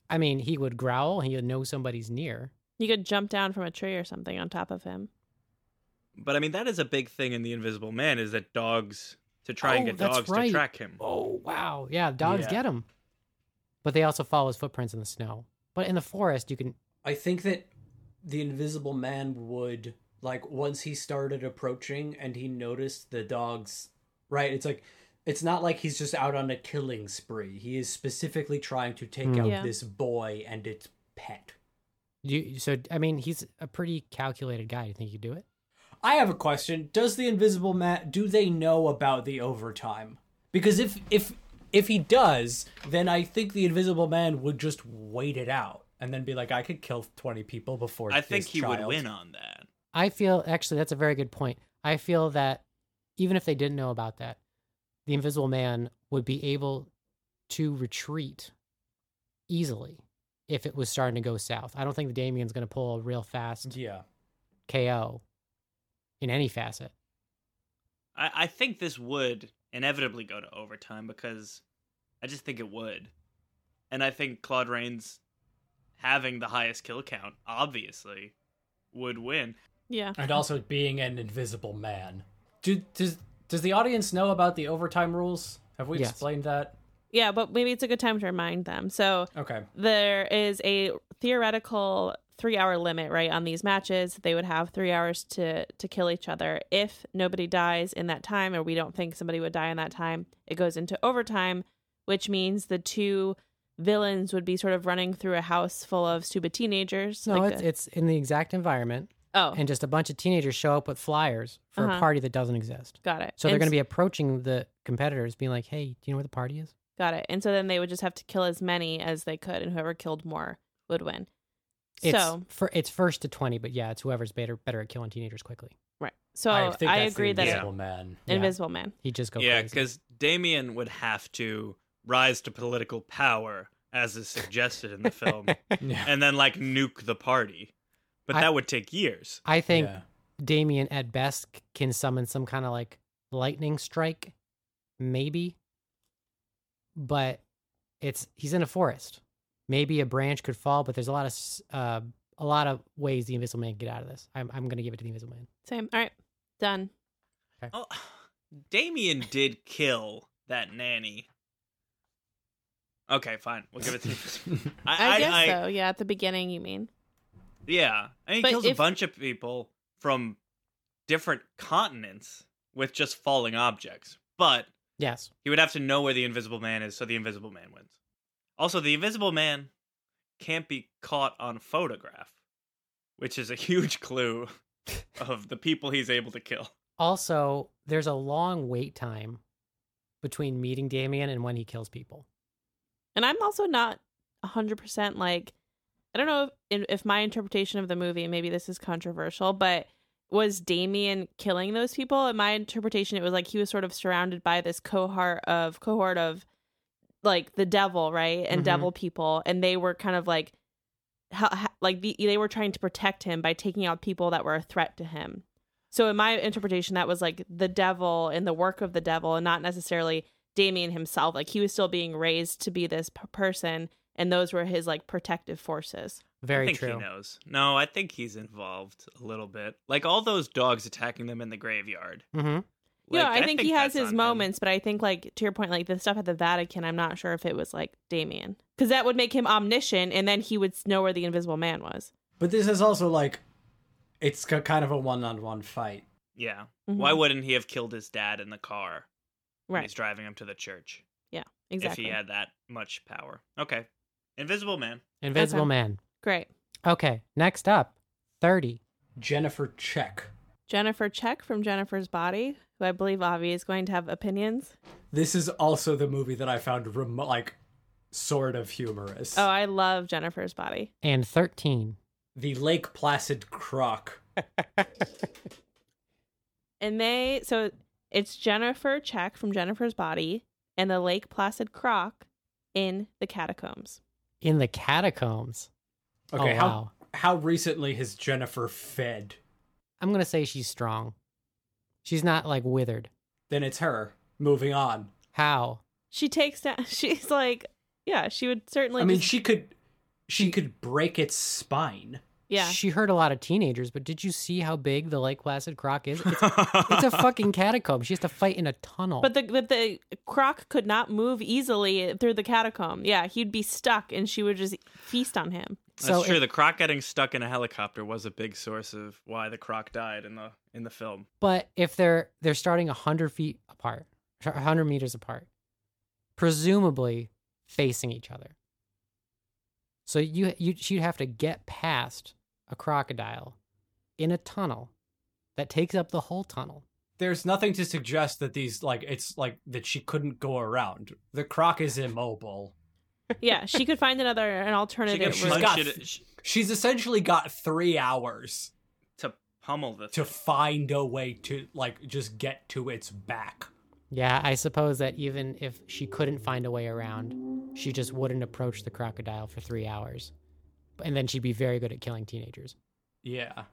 [SPEAKER 2] I mean, he would growl. He would know somebody's near.
[SPEAKER 1] You could jump down from a tree or something on top of him.
[SPEAKER 3] But I mean, that is a big thing in The Invisible Man is that dogs, to try
[SPEAKER 2] Oh,
[SPEAKER 3] and get
[SPEAKER 2] that's
[SPEAKER 3] dogs
[SPEAKER 2] right.
[SPEAKER 3] to track him.
[SPEAKER 2] Oh wow, yeah, dogs
[SPEAKER 4] Yeah.
[SPEAKER 2] get him. But they also follow his footprints in the snow. But in the forest, you can.
[SPEAKER 4] I think that the Invisible Man would like once he started approaching and he noticed the dogs. Right, it's like it's not like he's just out on a killing spree. He is specifically trying to take
[SPEAKER 2] Mm.
[SPEAKER 4] out
[SPEAKER 1] Yeah.
[SPEAKER 4] this boy and its pet.
[SPEAKER 2] You, so I mean, he's a pretty calculated guy. You think he could do it?
[SPEAKER 4] I have a question. Does the Invisible Man do they know about the overtime? Because if if if he does, then I think the Invisible Man would just wait it out and then be like, I could kill twenty people before.
[SPEAKER 3] I think
[SPEAKER 4] this
[SPEAKER 3] he would
[SPEAKER 4] child."
[SPEAKER 3] win on that.
[SPEAKER 2] I feel actually that's a very good point. I feel that even if they didn't know about that, the Invisible Man would be able to retreat easily if it was starting to go south. I don't think Damien's going to pull a real fast
[SPEAKER 4] Yeah.
[SPEAKER 2] KO in any facet.
[SPEAKER 3] I, I think this would inevitably go to overtime because I just think it would. And I think Claude Rains having the highest kill count, obviously, would win.
[SPEAKER 1] Yeah.
[SPEAKER 4] And also being an invisible man. Do does does the audience know about the overtime rules? Have we
[SPEAKER 2] Yes.
[SPEAKER 4] explained that?
[SPEAKER 1] Yeah, but maybe it's a good time to remind them. So
[SPEAKER 4] Okay.
[SPEAKER 1] there is a theoretical three hour limit, right, on these matches. They would have three hours to to kill each other. If nobody dies in that time, or we don't think somebody would die in that time, it goes into overtime, which means the two villains would be sort of running through a house full of stupid teenagers.
[SPEAKER 2] No,
[SPEAKER 1] like
[SPEAKER 2] it's
[SPEAKER 1] the-
[SPEAKER 2] it's in the exact environment,
[SPEAKER 1] oh,
[SPEAKER 2] and just a bunch of teenagers show up with flyers for a
[SPEAKER 1] Uh-huh.
[SPEAKER 2] party that doesn't exist.
[SPEAKER 1] got it.
[SPEAKER 2] So they're
[SPEAKER 1] And
[SPEAKER 2] going to be approaching the competitors, being like, "Hey, do you know where the party is?"
[SPEAKER 1] Got it. And so then they would just have to kill as many as they could, and whoever killed more would win.
[SPEAKER 2] It's
[SPEAKER 1] so
[SPEAKER 2] for, it's first to twenty, but yeah, it's whoever's better better at killing teenagers quickly.
[SPEAKER 1] right. So
[SPEAKER 4] I
[SPEAKER 1] I,
[SPEAKER 4] think that's
[SPEAKER 1] agree
[SPEAKER 4] the
[SPEAKER 1] that *laughs*
[SPEAKER 4] invisible man.
[SPEAKER 2] Yeah.
[SPEAKER 1] Invisible Man.
[SPEAKER 2] He just go
[SPEAKER 3] yeah,
[SPEAKER 2] crazy.
[SPEAKER 3] because Damien would have to rise to political power, as is
[SPEAKER 2] *laughs*
[SPEAKER 3] suggested in the film,
[SPEAKER 4] Yeah.
[SPEAKER 3] and then, like, nuke the party. But
[SPEAKER 2] I-
[SPEAKER 3] that would take years.
[SPEAKER 2] I think
[SPEAKER 4] Yeah.
[SPEAKER 2] Damien at best c- can summon some kind of like lightning strike, maybe. But it's he's in a forest. Maybe a branch could fall, but there's a lot of s- uh, a lot of ways the Invisible Man can get out of this. I'm I'm gonna give it to the Invisible Man.
[SPEAKER 1] Same. All right. Done.
[SPEAKER 3] Oh, Damien did kill that nanny. Okay, fine.
[SPEAKER 2] *laughs*
[SPEAKER 3] We'll give it to you.
[SPEAKER 1] I, guess so. Yeah, at the beginning, you mean.
[SPEAKER 3] Yeah, and he
[SPEAKER 1] But
[SPEAKER 3] kills a
[SPEAKER 1] if-
[SPEAKER 3] bunch of people from different continents with just falling objects. But
[SPEAKER 2] Yes.
[SPEAKER 3] he would have to know where the Invisible Man is, so the Invisible Man wins. Also, the Invisible Man can't be caught on photograph, which is a huge *laughs* clue of the people he's able to kill.
[SPEAKER 2] Also, there's a long wait time between meeting Damien and when he kills people.
[SPEAKER 1] And I'm also not 100% like, I don't know if, if my interpretation of the movie, maybe this is controversial, but was Damien killing those people? In my interpretation, it was like he was sort of surrounded by this cohort of, cohort of like the devil, right? And
[SPEAKER 2] Mhm.
[SPEAKER 1] devil people. And they were kind of like, how, like the, they were trying to protect him by taking out people that were a threat to him. So in my interpretation, that was like the devil and the work of the devil, and not necessarily Damien himself. Like he was still being raised to be this p- person, and those were his like protective forces.
[SPEAKER 2] Very
[SPEAKER 3] I think
[SPEAKER 2] true.
[SPEAKER 3] he knows. No, I think he's involved a little bit. Like all those dogs attacking them in the graveyard.
[SPEAKER 2] hmm
[SPEAKER 1] Yeah,
[SPEAKER 3] Like,
[SPEAKER 1] I, think, he has
[SPEAKER 3] that's
[SPEAKER 1] his
[SPEAKER 3] on him.
[SPEAKER 1] moments, but I think like to your point, like the stuff at the Vatican, I'm not sure if it was like Damien, because that would make him omniscient, and then he would s- know where the Invisible Man was.
[SPEAKER 4] *laughs* But this is also like it's ki- kind of a one-on-one fight.
[SPEAKER 3] Yeah.
[SPEAKER 1] Mhm.
[SPEAKER 3] Why wouldn't he have killed his dad in the car? when
[SPEAKER 1] Right.
[SPEAKER 3] He's driving him to the church.
[SPEAKER 1] Exactly.
[SPEAKER 3] If he had that much power. Okay. Invisible Man.
[SPEAKER 2] Invisible
[SPEAKER 1] Okay.
[SPEAKER 2] Man.
[SPEAKER 1] Great.
[SPEAKER 2] Okay, next up, thirty.
[SPEAKER 4] Jennifer Check.
[SPEAKER 1] Jennifer Check from Jennifer's Body, who I believe Avi is going to have opinions.
[SPEAKER 4] This is also the movie that I found remo- like sort of humorous.
[SPEAKER 1] Oh, I love Jennifer's Body.
[SPEAKER 2] and 13.
[SPEAKER 4] the Lake Placid Croc.
[SPEAKER 1] And they so it's Jennifer Check from Jennifer's Body and the Lake Placid Croc in the catacombs.
[SPEAKER 2] In the catacombs.
[SPEAKER 4] Okay,
[SPEAKER 2] oh,
[SPEAKER 4] how
[SPEAKER 2] wow.
[SPEAKER 4] how recently has Jennifer fed?
[SPEAKER 2] I'm gonna say she's strong. She's not like withered.
[SPEAKER 4] Then it's her. Moving on.
[SPEAKER 2] How?
[SPEAKER 1] She takes down. *laughs* She's like, yeah, she would certainly.
[SPEAKER 4] I mean,
[SPEAKER 1] just-
[SPEAKER 4] she could she could break its spine.
[SPEAKER 1] yeah,
[SPEAKER 2] She hurt a lot of teenagers, but did you see how big the Lake Placid croc
[SPEAKER 3] *laughs*
[SPEAKER 2] is? It's, it's a fucking catacomb. She has to fight in a tunnel.
[SPEAKER 1] but the but the croc could not move easily through the catacomb. Yeah, he'd be stuck, and she would just feast on him.
[SPEAKER 2] so
[SPEAKER 3] That's true.
[SPEAKER 2] if-
[SPEAKER 3] the croc getting stuck in a helicopter was a big source of why the croc died in the in the film.
[SPEAKER 2] but if they're they're starting hundred feet apart, hundred meters apart, presumably facing each other. So you you she'd have to get past a crocodile in a tunnel that takes up the whole tunnel.
[SPEAKER 4] There's nothing to suggest that these like it's like that she couldn't go around. The croc is immobile.
[SPEAKER 1] Yeah, she could find another an
[SPEAKER 3] She
[SPEAKER 1] alternative
[SPEAKER 3] could
[SPEAKER 4] she's
[SPEAKER 1] route.
[SPEAKER 3] punch
[SPEAKER 4] got-
[SPEAKER 3] it sh-
[SPEAKER 4] She's essentially got 3 hours
[SPEAKER 3] to pummel the.
[SPEAKER 4] to find a way to like just get to its back.
[SPEAKER 2] Yeah, I suppose that even if she couldn't find a way around, she just wouldn't approach the crocodile for three hours. And then she'd be very good at killing teenagers.
[SPEAKER 4] Yeah.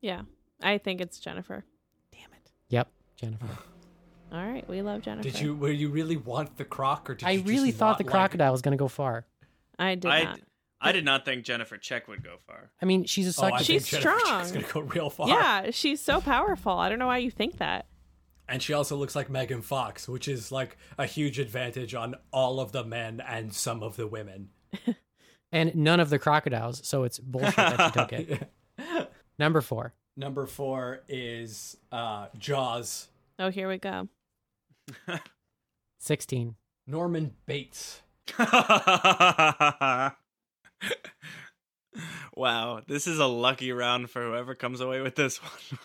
[SPEAKER 1] yeah, I think it's Jennifer. Damn it!
[SPEAKER 2] Yep, Jennifer.
[SPEAKER 1] All right, we love Jennifer.
[SPEAKER 4] Did you were you really want the croc or did
[SPEAKER 2] I
[SPEAKER 4] you just
[SPEAKER 2] really thought
[SPEAKER 4] not
[SPEAKER 2] the
[SPEAKER 4] like-
[SPEAKER 2] crocodile was going to go far.
[SPEAKER 1] I did
[SPEAKER 3] I
[SPEAKER 1] not.
[SPEAKER 3] I did not think Jennifer Check would go far.
[SPEAKER 2] I mean, she's a
[SPEAKER 4] Oh, I
[SPEAKER 2] succubus.
[SPEAKER 1] She's
[SPEAKER 4] think Jennifer
[SPEAKER 1] strong.
[SPEAKER 4] Jackson's gonna go real far.
[SPEAKER 1] Yeah, she's so powerful. I don't know why you think that.
[SPEAKER 4] And she also looks like Megan Fox, which is like a huge advantage on all of the men and some of the women.
[SPEAKER 2] and none of the crocodiles, so it's bullshit that she took it.
[SPEAKER 4] *laughs*
[SPEAKER 2] Number four.
[SPEAKER 4] Number four is uh, Jaws.
[SPEAKER 1] Oh, here we go.
[SPEAKER 4] *laughs*
[SPEAKER 2] 16.
[SPEAKER 4] Norman Bates.
[SPEAKER 3] *laughs* wow, this is a lucky round for whoever comes away with this one.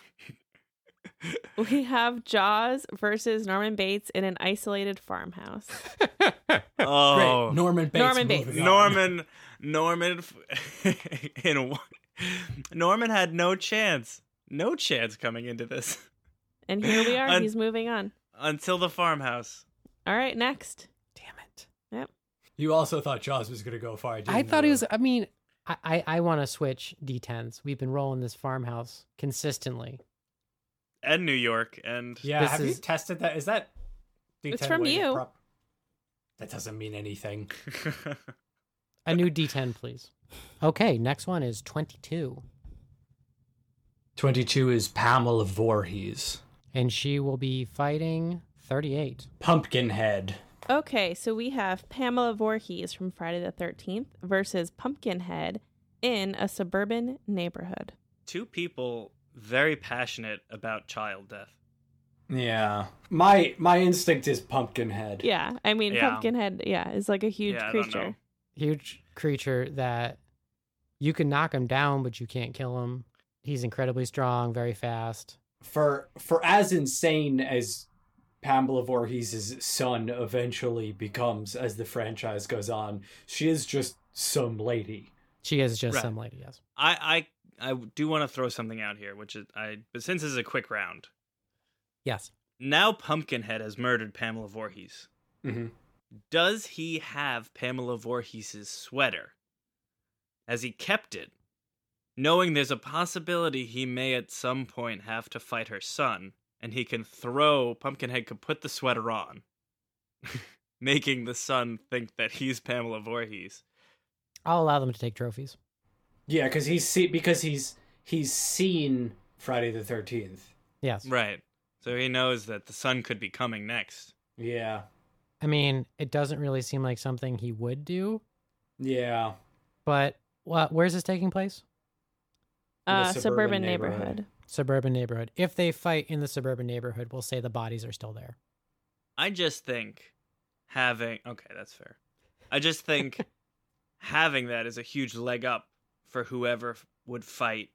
[SPEAKER 1] We have Jaws versus Norman Bates in an isolated farmhouse.
[SPEAKER 4] Great.
[SPEAKER 3] oh,
[SPEAKER 4] Norman Bates.
[SPEAKER 1] Norman Bates.
[SPEAKER 4] moving on.
[SPEAKER 3] Norman, Norman, *laughs* f- in one, Norman had no chance, no chance coming into this *laughs*
[SPEAKER 1] And here we are.
[SPEAKER 3] Un-
[SPEAKER 1] He's moving on.
[SPEAKER 3] until the farmhouse.
[SPEAKER 1] All right, next.
[SPEAKER 2] Damn it.
[SPEAKER 4] You also thought Jaws was going to go far. Didn't
[SPEAKER 2] I thought
[SPEAKER 4] you?
[SPEAKER 2] he was, I mean, I, I, I want to switch D10s. We've been rolling this farmhouse consistently.
[SPEAKER 3] And New York, and
[SPEAKER 4] Yeah.
[SPEAKER 2] This
[SPEAKER 4] Have
[SPEAKER 2] is-
[SPEAKER 4] you tested that? Is that?
[SPEAKER 1] It's
[SPEAKER 4] D10
[SPEAKER 1] from
[SPEAKER 4] weighted
[SPEAKER 1] you.
[SPEAKER 4] prop- That doesn't mean anything.
[SPEAKER 2] A new D10, please. Okay, next one is 22.
[SPEAKER 4] Twenty-two is Pamela Voorhees.
[SPEAKER 2] And she will be fighting 38.
[SPEAKER 4] Pumpkinhead.
[SPEAKER 1] Okay, so we have Pamela Voorhees from Friday the 13th versus Pumpkinhead in a suburban neighborhood.
[SPEAKER 3] *laughs* two people very passionate about child death.
[SPEAKER 4] Yeah. My my instinct is Pumpkinhead.
[SPEAKER 1] Yeah, I mean,
[SPEAKER 3] Yeah.
[SPEAKER 1] Pumpkinhead, yeah, is like a huge
[SPEAKER 3] Yeah, I don't know.
[SPEAKER 1] creature.
[SPEAKER 2] Huge creature that you can knock him down, but you can't kill him. He's incredibly strong, very fast.
[SPEAKER 4] for for as insane as Pamela Voorhees' son eventually becomes as the franchise goes on, she is just some lady.
[SPEAKER 2] She is just
[SPEAKER 3] Right.
[SPEAKER 2] some lady, yes.
[SPEAKER 3] I I I do want to throw something out here, which is I but since this is a quick round,
[SPEAKER 2] Yes.
[SPEAKER 3] now Pumpkinhead has murdered Pamela Voorhees.
[SPEAKER 4] Mm-hmm.
[SPEAKER 3] Does he have Pamela Voorhees' sweater? Has he kept it, knowing there's a possibility he may at some point have to fight her son, and he can throw Pumpkinhead could put the sweater on, *laughs* making the son think that he's Pamela Voorhees.
[SPEAKER 2] I'll allow them to take trophies.
[SPEAKER 4] Yeah, because he's see because he's he's seen Friday the Thirteenth.
[SPEAKER 2] Yes.
[SPEAKER 3] Right. So he knows that the son could be coming next.
[SPEAKER 4] Yeah,
[SPEAKER 2] I mean, it doesn't really seem like something he would do,
[SPEAKER 4] yeah.
[SPEAKER 2] but what, where's this taking place?
[SPEAKER 4] In a
[SPEAKER 1] Uh,
[SPEAKER 4] suburban
[SPEAKER 1] suburban,
[SPEAKER 4] neighborhood.
[SPEAKER 1] neighborhood.
[SPEAKER 2] Suburban neighborhood. If they fight in the suburban neighborhood, we'll say the bodies are still there.
[SPEAKER 3] I just think having okay, that's fair. I just think
[SPEAKER 1] *laughs*
[SPEAKER 3] having that is a huge leg up for whoever f- would fight.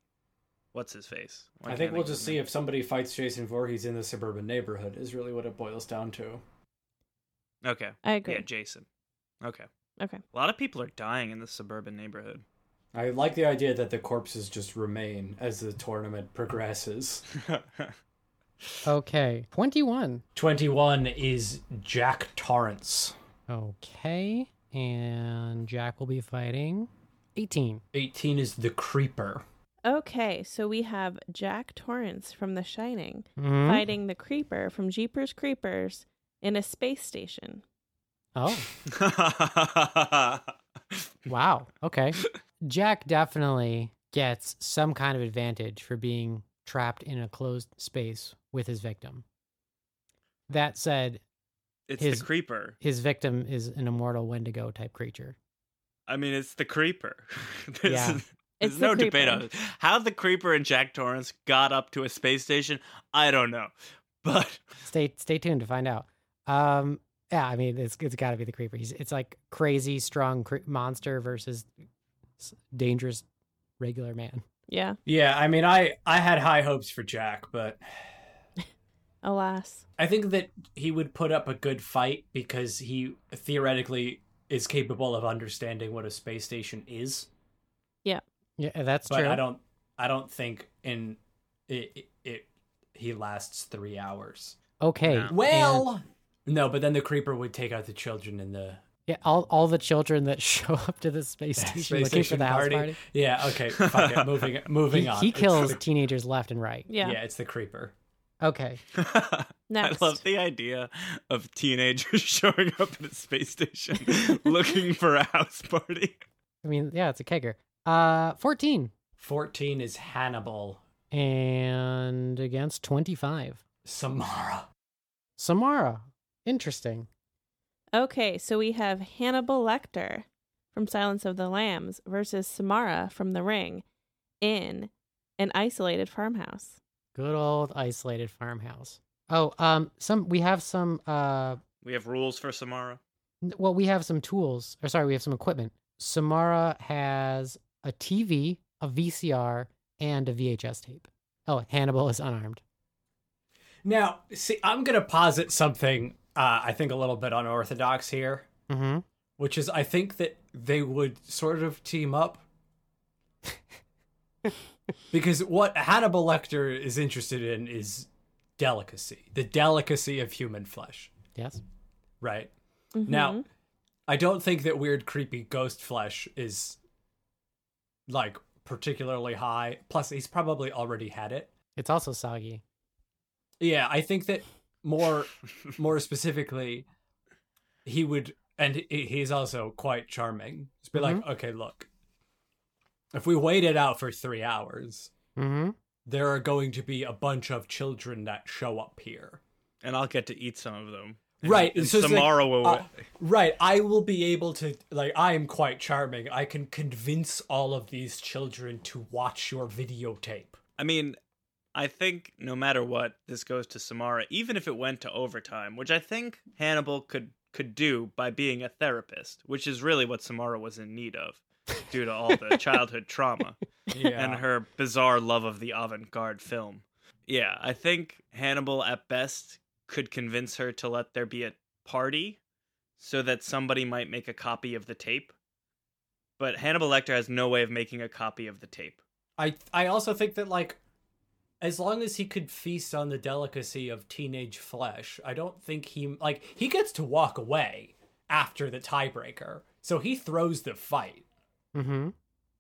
[SPEAKER 3] What's his face? Why
[SPEAKER 4] I
[SPEAKER 3] can't
[SPEAKER 4] think we'll just
[SPEAKER 3] his
[SPEAKER 4] see
[SPEAKER 3] name?
[SPEAKER 4] if somebody fights Jason Voorhees in the suburban neighborhood. Is really what it boils down to.
[SPEAKER 3] Okay.
[SPEAKER 1] I agree.
[SPEAKER 3] Yeah, Jason. Okay.
[SPEAKER 1] Okay.
[SPEAKER 3] A lot of people are dying in the suburban neighborhood. *laughs*
[SPEAKER 4] I like the idea that the corpses just remain as the tournament progresses.
[SPEAKER 2] Okay. 21.
[SPEAKER 4] 21 is Jack Torrance.
[SPEAKER 2] Okay. And Jack will be fighting 18.
[SPEAKER 4] 18 is the creeper.
[SPEAKER 1] Okay, so we have Jack Torrance from The Shining
[SPEAKER 2] Mhm.
[SPEAKER 1] fighting the Creeper from Jeepers Creepers in a space station.
[SPEAKER 2] Oh, wow. Okay. *laughs* Jack definitely gets some kind of advantage for being trapped in a closed space with his victim. That said,
[SPEAKER 3] it's
[SPEAKER 2] His-
[SPEAKER 3] the creeper.
[SPEAKER 2] his victim is an immortal Wendigo type creature.
[SPEAKER 3] I mean, it's the creeper. *laughs* There's,
[SPEAKER 2] Yeah.
[SPEAKER 3] there's
[SPEAKER 1] It's the
[SPEAKER 3] no debate
[SPEAKER 1] creeper.
[SPEAKER 3] on it. How the creeper and Jack Torrance got up to a space station, I don't know. But *laughs*
[SPEAKER 2] Stay stay tuned to find out. Um, yeah, I mean it's it's got to be the creeper. He's it's like crazy strong cre- monster versus s- dangerous regular man.
[SPEAKER 1] Yeah,
[SPEAKER 4] Yeah, I mean, I I had high hopes for Jack, but
[SPEAKER 1] alas.
[SPEAKER 4] I think that he would put up a good fight because he theoretically is capable of understanding what a space station is.
[SPEAKER 2] Yeah, that's
[SPEAKER 4] But
[SPEAKER 2] true.
[SPEAKER 4] I don't I don't think in it, it, it he lasts 3 hours.
[SPEAKER 2] okay.
[SPEAKER 3] No.
[SPEAKER 2] and-
[SPEAKER 4] no, but then the creeper would take out the children in the
[SPEAKER 2] yeah, all all the children that *laughs* show up to the space station
[SPEAKER 4] space
[SPEAKER 2] looking for
[SPEAKER 4] station
[SPEAKER 2] the
[SPEAKER 4] party.
[SPEAKER 2] house party.
[SPEAKER 4] Yeah, okay, fuck *laughs* it. Moving moving
[SPEAKER 2] He,
[SPEAKER 4] on. *laughs*
[SPEAKER 2] he
[SPEAKER 4] It's
[SPEAKER 2] kills
[SPEAKER 4] the-
[SPEAKER 2] teenagers left and right.
[SPEAKER 1] Yeah,
[SPEAKER 4] yeah, it's the creeper.
[SPEAKER 2] Okay.
[SPEAKER 1] next.
[SPEAKER 3] I love the idea of teenagers *laughs* showing up at a space station *laughs* looking for a house party.
[SPEAKER 2] I mean, yeah, it's a kegger. Uh, 14
[SPEAKER 4] 14 is Hannibal
[SPEAKER 2] and against 25.
[SPEAKER 4] Samara.
[SPEAKER 2] Samara. Interesting.
[SPEAKER 1] okay, so we have Hannibal Lecter from Silence of the Lambs versus Samara from The Ring in an isolated farmhouse.
[SPEAKER 2] Good old isolated farmhouse. Oh, um, some we have some uh,
[SPEAKER 3] We have rules for Samara.
[SPEAKER 2] n- well, we have some tools. Or sorry, we have some equipment. Samara has a TV, a VCR, and a VHS tape. Oh, Hannibal is unarmed.
[SPEAKER 4] Now, see, I'm going to posit something uh, I think a little bit unorthodox here,
[SPEAKER 2] Mm-hmm.
[SPEAKER 4] which is I think that they would sort of team up. *laughs* because what Hannibal Lecter is interested in is delicacy, the delicacy of human flesh,
[SPEAKER 2] Yes.
[SPEAKER 4] right?
[SPEAKER 1] Mhm.
[SPEAKER 4] Now, I don't think that weird, creepy ghost flesh is like particularly high. Plus, he's probably already had it.
[SPEAKER 2] It's also soggy.
[SPEAKER 4] Yeah, I think that more more specifically, he would, and he- he's also quite charming. Just be
[SPEAKER 3] Mm-hmm.
[SPEAKER 4] like, okay, look, if we wait it out for three hours,
[SPEAKER 2] Mm-hmm.
[SPEAKER 4] there are going to be a bunch of children that show up here.
[SPEAKER 3] And I'll get to eat some of them. And-
[SPEAKER 4] Right,
[SPEAKER 3] And
[SPEAKER 4] so it's like,
[SPEAKER 3] Samara will.
[SPEAKER 4] uh, Right, I will be able to, like, I am quite charming. I can convince all of these children to watch your videotape.
[SPEAKER 3] I mean, I think no matter what, this goes to Samara, even if it went to overtime, which I think Hannibal could could do by being a therapist, which is really what Samara was in need of due to all
[SPEAKER 4] *laughs*
[SPEAKER 3] the childhood trauma
[SPEAKER 4] Yeah.
[SPEAKER 3] and her bizarre love of the avant-garde film. Yeah, I think Hannibal at best could convince her to let there be a party so that somebody might make a copy of the tape. But Hannibal Lecter has no way of making a copy of the tape.
[SPEAKER 4] I I also think that like as long as he could feast on the delicacy of teenage flesh, I don't think he like he gets to walk away after the tiebreaker. So he throws the fight.
[SPEAKER 2] Mm-hmm.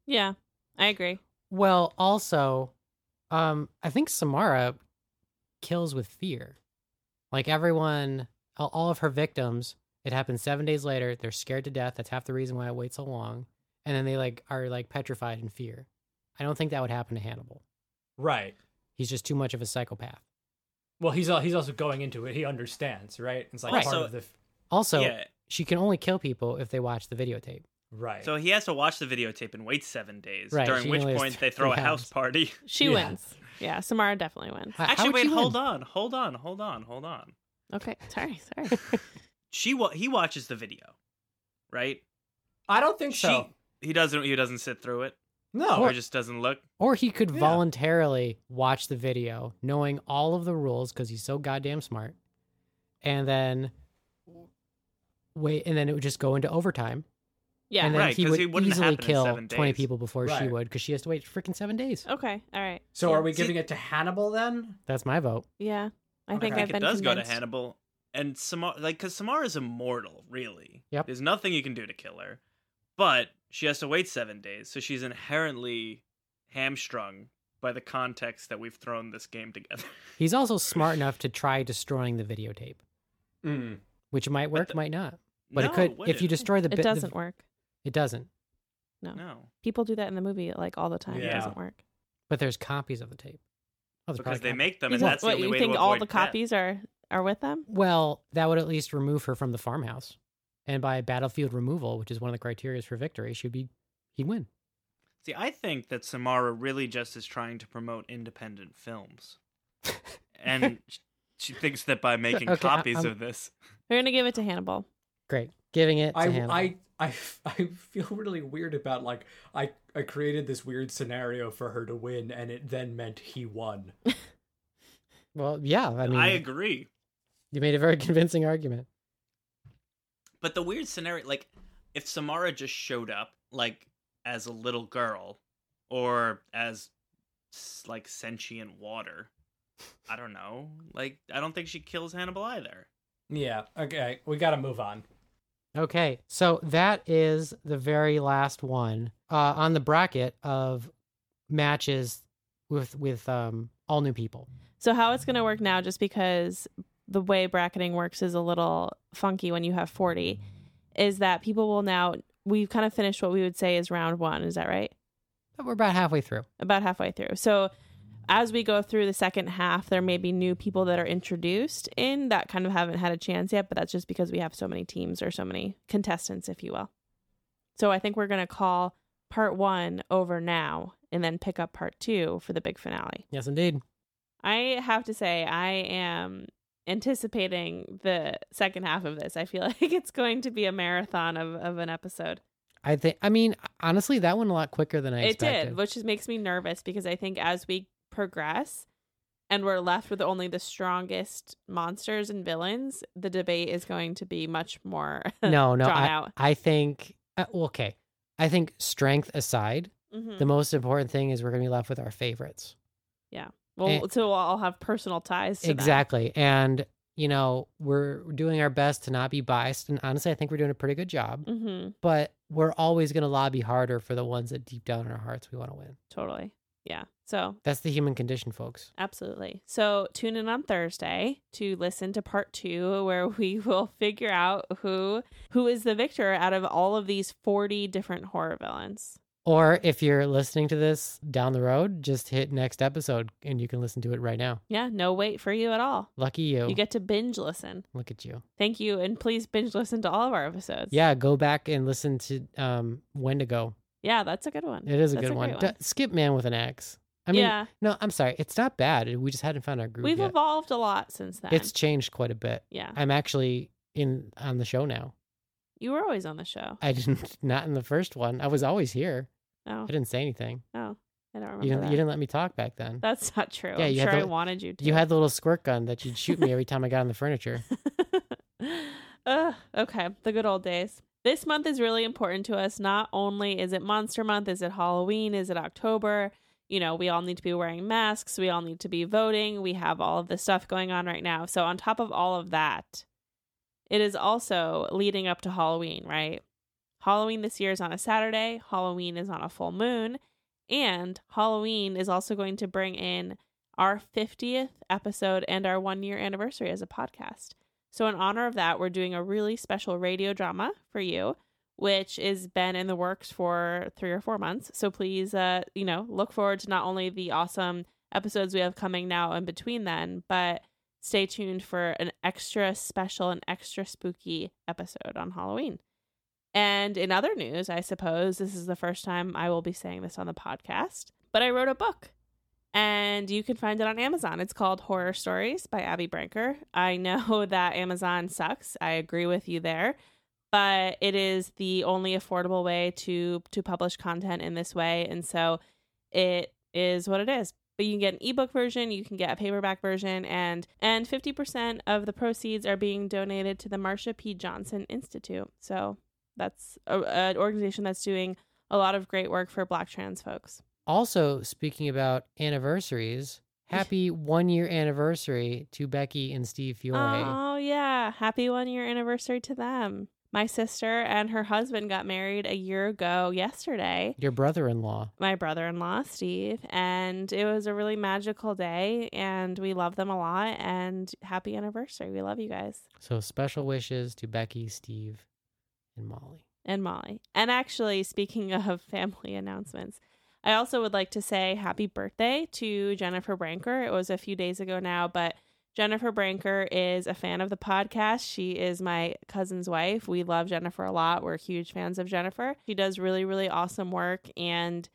[SPEAKER 1] yeah, I agree.
[SPEAKER 2] Well, also, um, I think Samara kills with fear. Like everyone, all- all of her victims, it happens seven days later. They're scared to death. That's half the reason why I wait so long. And then they like are like petrified in fear. I don't think that would happen to Hannibal.
[SPEAKER 4] Right.
[SPEAKER 2] He's just too much of a psychopath.
[SPEAKER 4] Well, he's al- he's also going into it. He understands, right? It's like
[SPEAKER 2] Right.
[SPEAKER 4] part
[SPEAKER 3] So-
[SPEAKER 4] of the
[SPEAKER 2] Also,
[SPEAKER 3] yeah,
[SPEAKER 2] she can only kill people if they watch the videotape.
[SPEAKER 4] right.
[SPEAKER 3] So he has to watch the videotape and wait seven days,
[SPEAKER 2] Right,
[SPEAKER 3] during
[SPEAKER 2] she
[SPEAKER 3] which
[SPEAKER 2] only has
[SPEAKER 3] point
[SPEAKER 2] th-
[SPEAKER 3] they throw a
[SPEAKER 2] three
[SPEAKER 3] house
[SPEAKER 2] hours.
[SPEAKER 3] party.
[SPEAKER 1] She
[SPEAKER 4] Yeah.
[SPEAKER 1] wins. Yeah, Samara definitely wins.
[SPEAKER 2] How- how
[SPEAKER 3] Actually,
[SPEAKER 2] would
[SPEAKER 3] wait,
[SPEAKER 2] she
[SPEAKER 3] hold
[SPEAKER 2] win?
[SPEAKER 3] on, hold on, hold on, hold on.
[SPEAKER 1] Okay, *laughs* sorry, sorry.
[SPEAKER 3] *laughs* She wa- he watches the video, right?
[SPEAKER 4] I don't think
[SPEAKER 3] She-
[SPEAKER 4] so. Oh.
[SPEAKER 3] He doesn't. He doesn't sit through it,
[SPEAKER 4] No.
[SPEAKER 3] or just doesn't look.
[SPEAKER 2] Or he could
[SPEAKER 4] Yeah.
[SPEAKER 2] voluntarily watch the video, knowing all of the rules because he's so goddamn smart, and then wait, and then it would just go into overtime.
[SPEAKER 1] Yeah.
[SPEAKER 2] and then
[SPEAKER 3] Right,
[SPEAKER 2] he
[SPEAKER 3] 'cause
[SPEAKER 2] would
[SPEAKER 3] it wouldn't
[SPEAKER 2] easily
[SPEAKER 3] happen in
[SPEAKER 2] kill
[SPEAKER 3] seven
[SPEAKER 2] twenty
[SPEAKER 3] days.
[SPEAKER 2] people before she
[SPEAKER 4] Right.
[SPEAKER 2] would because she has to wait freaking seven days.
[SPEAKER 1] okay, all right.
[SPEAKER 4] so
[SPEAKER 1] Yeah.
[SPEAKER 4] are we
[SPEAKER 3] See-
[SPEAKER 4] giving it to Hannibal then?
[SPEAKER 2] That's my vote.
[SPEAKER 1] Yeah, I
[SPEAKER 4] Okay.
[SPEAKER 1] think
[SPEAKER 3] I
[SPEAKER 1] I've
[SPEAKER 3] think it
[SPEAKER 1] been
[SPEAKER 3] does go to
[SPEAKER 1] convinced.
[SPEAKER 3] Hannibal and Samar, like because Samara's immortal, really.
[SPEAKER 2] Yep.
[SPEAKER 3] There's nothing you can do to kill her, but she has to wait seven days. So she's inherently hamstrung by the context that we've thrown this game together. *laughs*
[SPEAKER 2] He's also smart enough to try destroying the videotape,
[SPEAKER 4] Mm.
[SPEAKER 2] which might work,
[SPEAKER 3] the-
[SPEAKER 2] might not. But
[SPEAKER 3] No,
[SPEAKER 2] it could if you
[SPEAKER 3] wouldn't.
[SPEAKER 2] destroy the
[SPEAKER 1] It
[SPEAKER 2] bit- the-
[SPEAKER 1] doesn't work.
[SPEAKER 2] It doesn't.
[SPEAKER 3] no
[SPEAKER 1] People do that in the movie like all the time. It
[SPEAKER 4] Yeah.
[SPEAKER 1] doesn't work.
[SPEAKER 2] But there's copies of the tape. Oh, there's
[SPEAKER 3] because
[SPEAKER 2] probably
[SPEAKER 3] they
[SPEAKER 2] copies.
[SPEAKER 3] make them, and
[SPEAKER 1] What-
[SPEAKER 3] that's the
[SPEAKER 1] what,
[SPEAKER 3] only
[SPEAKER 1] you
[SPEAKER 3] way
[SPEAKER 1] think
[SPEAKER 3] to
[SPEAKER 1] all
[SPEAKER 3] avoid
[SPEAKER 1] the
[SPEAKER 3] death.
[SPEAKER 1] copies are are with them?
[SPEAKER 2] Well, that would at least remove her from the farmhouse, and by battlefield removal, which is one of the criteria for victory, she'd be he'd win.
[SPEAKER 3] See, I think that Samara really just is trying to promote independent films, and sh- she thinks that by making
[SPEAKER 2] Okay, I-
[SPEAKER 3] copies
[SPEAKER 2] I'm-
[SPEAKER 3] of this,
[SPEAKER 1] We're gonna give it to Hannibal.
[SPEAKER 2] Great, giving it. To
[SPEAKER 4] I,
[SPEAKER 2] Hannibal.
[SPEAKER 4] I I *laughs* I feel really weird about like I I created this weird scenario for her to win, and it then meant he won.
[SPEAKER 2] well, yeah. I
[SPEAKER 3] I,
[SPEAKER 2] mean,
[SPEAKER 3] agree.
[SPEAKER 2] you made a very *laughs* convincing argument.
[SPEAKER 3] But the weird scenario, like if Samara just showed up, like as a little girl, or as s- like sentient water, I don't know. Like I don't think she kills Hannibal either.
[SPEAKER 4] Yeah. Okay. We got to move on.
[SPEAKER 2] Okay, so that is the very last one uh, on the bracket of matches with with um, all new people.
[SPEAKER 1] So how it's gonna work now, just because the way bracketing works is a little funky when you have forty, is that people will now we've kind of finished what we would say is round one. Is that right?
[SPEAKER 2] But we're about halfway through.
[SPEAKER 1] about halfway through. So as we go through the second half, there may be new people that are introduced in that kind of haven't had a chance yet, but that's just because we have so many teams or so many contestants, if you will. So I think we're going to call part one over now and then pick up part two for the big finale.
[SPEAKER 2] Yes, indeed.
[SPEAKER 1] I have to say, I am anticipating the second half of this. I feel *laughs* like it's going to be a marathon of, of an episode.
[SPEAKER 2] I think. I mean, honestly, that went a lot quicker than I
[SPEAKER 1] it
[SPEAKER 2] expected.
[SPEAKER 1] did which just makes me nervous because i think as we progress and we're left with only the strongest monsters and villains the debate is going to be much more *laughs*
[SPEAKER 2] no, no,
[SPEAKER 1] drawn
[SPEAKER 2] I,
[SPEAKER 1] out
[SPEAKER 2] I think. Uh, well, okay, I think strength aside,
[SPEAKER 1] Mhm.
[SPEAKER 2] the most important thing is we're going to be left with our favorites.
[SPEAKER 1] well
[SPEAKER 2] eh.
[SPEAKER 1] so we'll all have personal ties to them.
[SPEAKER 2] exactly, and you know we're doing our best to not be biased. And honestly, I think we're doing a pretty good job.
[SPEAKER 1] Mhm.
[SPEAKER 2] But we're always going to lobby harder for the ones that deep down in our hearts we want to win.
[SPEAKER 1] totally yeah so
[SPEAKER 2] That's the human condition, folks.
[SPEAKER 1] Absolutely. So tune in on Thursday to listen to part 2 where *laughs* we will figure out who who is the victor out of all of these 40 different horror villains.
[SPEAKER 2] Or if you're listening to this down the road, just hit next episode and you can listen to it right now.
[SPEAKER 1] Yeah, no wait for you at all.
[SPEAKER 2] Lucky you.
[SPEAKER 1] You get to binge listen.
[SPEAKER 2] Look at you.
[SPEAKER 1] Thank you, and please binge listen to all of our episodes.
[SPEAKER 2] Yeah, go back and listen to um Wendigo.
[SPEAKER 1] yeah, that's a good one.
[SPEAKER 2] It is a
[SPEAKER 1] That's
[SPEAKER 2] good one.
[SPEAKER 1] great
[SPEAKER 2] D- Skip Man with an X. I mean,
[SPEAKER 1] yeah,
[SPEAKER 2] no, I'm sorry. It's not bad. We just hadn't found our groove
[SPEAKER 1] we've
[SPEAKER 2] yet.
[SPEAKER 1] evolved a lot since then.
[SPEAKER 2] It's changed quite a bit.
[SPEAKER 1] yeah,
[SPEAKER 2] I'm actually in on the show now.
[SPEAKER 1] you were always on the show.
[SPEAKER 2] I *laughs* didn't not in the first one. I was always here.
[SPEAKER 1] Oh,
[SPEAKER 2] I didn't say anything.
[SPEAKER 1] oh, I don't remember.
[SPEAKER 2] You didn't,
[SPEAKER 1] that.
[SPEAKER 2] you didn't let me talk back then.
[SPEAKER 1] That's not true.
[SPEAKER 2] Yeah,
[SPEAKER 1] I'm
[SPEAKER 2] you had
[SPEAKER 1] sure I
[SPEAKER 2] the-
[SPEAKER 1] wanted you to.
[SPEAKER 2] You had the little squirt gun that you'd
[SPEAKER 1] *laughs*
[SPEAKER 2] shoot me every time I got on the furniture.
[SPEAKER 1] Ugh, okay, the good old days. This month is really important to us. Not only is it Monster Month, is it Halloween, is it October? You know, we all need to be wearing masks, we all need to be voting. We have all of this stuff going on right now. So, on top of all of that, it is also leading up to Halloween, right? Halloween this year is on a Saturday, Halloween is on a full moon, and Halloween is also going to bring in our 50th episode and our one year anniversary as a podcast. So, in honor of that, we're doing a really special radio drama for you, which has been in the works for three or four months. So, please, uh, you know, look forward to not only the awesome episodes we have coming now and between then, but stay tuned for an extra special and extra spooky episode on Halloween. And in other news, I suppose this is the first time I will be saying this on the podcast, but I wrote a book and you can find it on Amazon. It's called Horror Stories by Abby Branker. I know *laughs* that Amazon sucks. I agree with you there, but it is the only affordable way to to publish content in this way, and so it is what it is. But you can get an ebook version, you can get a paperback version, and and fifty percent of the proceeds are being donated to the Marsha P. Johnson Institute. So that's a, an organization that's doing a lot of great work for Black trans folks.
[SPEAKER 2] Also, speaking about anniversaries, happy one year anniversary to Becky and Steve Fiore.
[SPEAKER 1] Oh yeah, happy one year anniversary to them. My sister and her husband got married a year ago yesterday.
[SPEAKER 2] Your brother-in-law.
[SPEAKER 1] my brother in law, Steve, and it was a really magical day. And we love them a lot. And happy anniversary. We love you guys
[SPEAKER 2] So special wishes to Becky, Steve, and Molly.
[SPEAKER 1] and Molly. And actually, speaking *laughs* of family announcements, I also would like to say happy birthday to Jennifer Branker. It was a few days ago now, but Jennifer Branker is a fan of the podcast. She is my cousin's wife. We love Jennifer a lot. We're huge fans of Jennifer. She does really, really awesome work and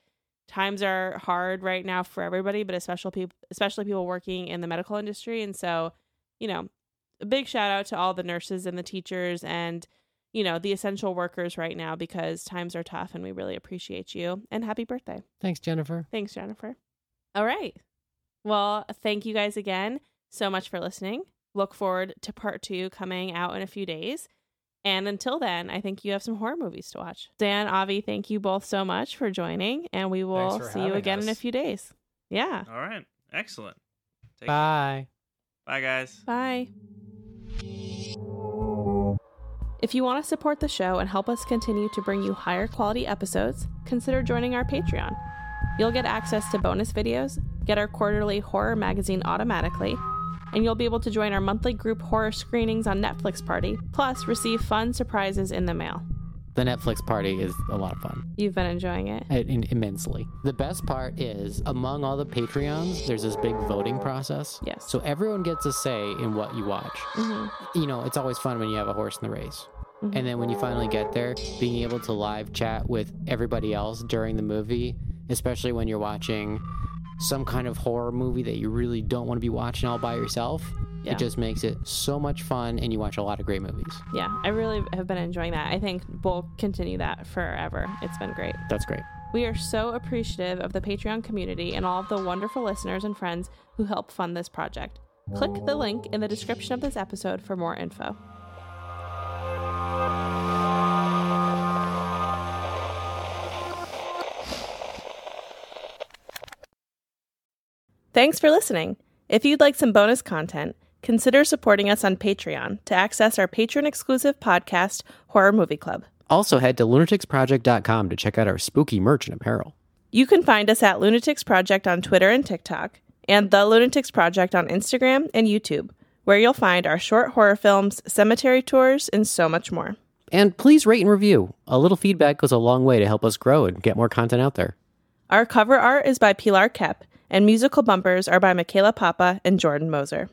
[SPEAKER 1] times are hard right now for everybody, but especially people especially people working in the medical industry. And so, you know, a big shout out to all the nurses and the teachers and you know, the essential workers right now because times are tough and we really appreciate you. And happy birthday.
[SPEAKER 2] Thanks, Jennifer.
[SPEAKER 1] Thanks, Jennifer. All right. Well, thank you guys again so much for listening. Look forward to part two coming out in a few days. And until then, I think you have some horror movies to watch. Dan, Avi, thank you both so much for joining, and we will
[SPEAKER 4] for
[SPEAKER 1] see you
[SPEAKER 4] having
[SPEAKER 1] again in a
[SPEAKER 4] us.
[SPEAKER 1] few days. Yeah.
[SPEAKER 3] All right. Excellent. Take care.
[SPEAKER 2] Bye.
[SPEAKER 3] Bye, guys.
[SPEAKER 1] Bye. If you want to support the show and help us continue to bring you higher quality episodes, consider joining our Patreon. You'll get access to bonus videos, get our quarterly horror magazine automatically, and you'll be able to join our monthly group horror screenings on Netflix Party, plus receive fun surprises in the mail.
[SPEAKER 2] The Netflix party is a lot of fun,
[SPEAKER 1] You've been enjoying it.
[SPEAKER 2] I- in- immensely. The best part is, among all the Patreons, there's this big voting process.
[SPEAKER 1] Yes. Mm-hmm.
[SPEAKER 2] So everyone gets a say in what you watch. You know, it's always fun when you have a horse in the race. And then when you finally get there, being able to live chat with everybody else during the movie, especially when you're watching some kind of horror movie that you really don't want to be watching all by yourself,
[SPEAKER 1] Yeah.
[SPEAKER 2] it just makes it so much fun and you watch a lot of great movies.
[SPEAKER 1] Yeah, I really have been enjoying that. I think we'll continue that forever. It's been great.
[SPEAKER 2] That's great.
[SPEAKER 1] We are so appreciative of the Patreon community and all of the wonderful listeners and friends who help fund this project. Click the link in the description of this episode for more info. Thanks for listening. If you'd like some bonus content, consider supporting us on Patreon to access our patron exclusive podcast, Horror Movie Club.
[SPEAKER 2] Also, head to lunaticsproject.com to check out our spooky merch and apparel.
[SPEAKER 1] You can find us at Lunatics Project on Twitter and TikTok, and The Lunatics Project on Instagram and YouTube, where you'll find our short horror films, cemetery tours, and so much more.
[SPEAKER 2] And please rate and review. A little feedback goes a long way to help us grow and get more content out there.
[SPEAKER 1] Our cover art is by Pilar Kep, and musical bumpers are by Michaela Papa and Jordan Moser.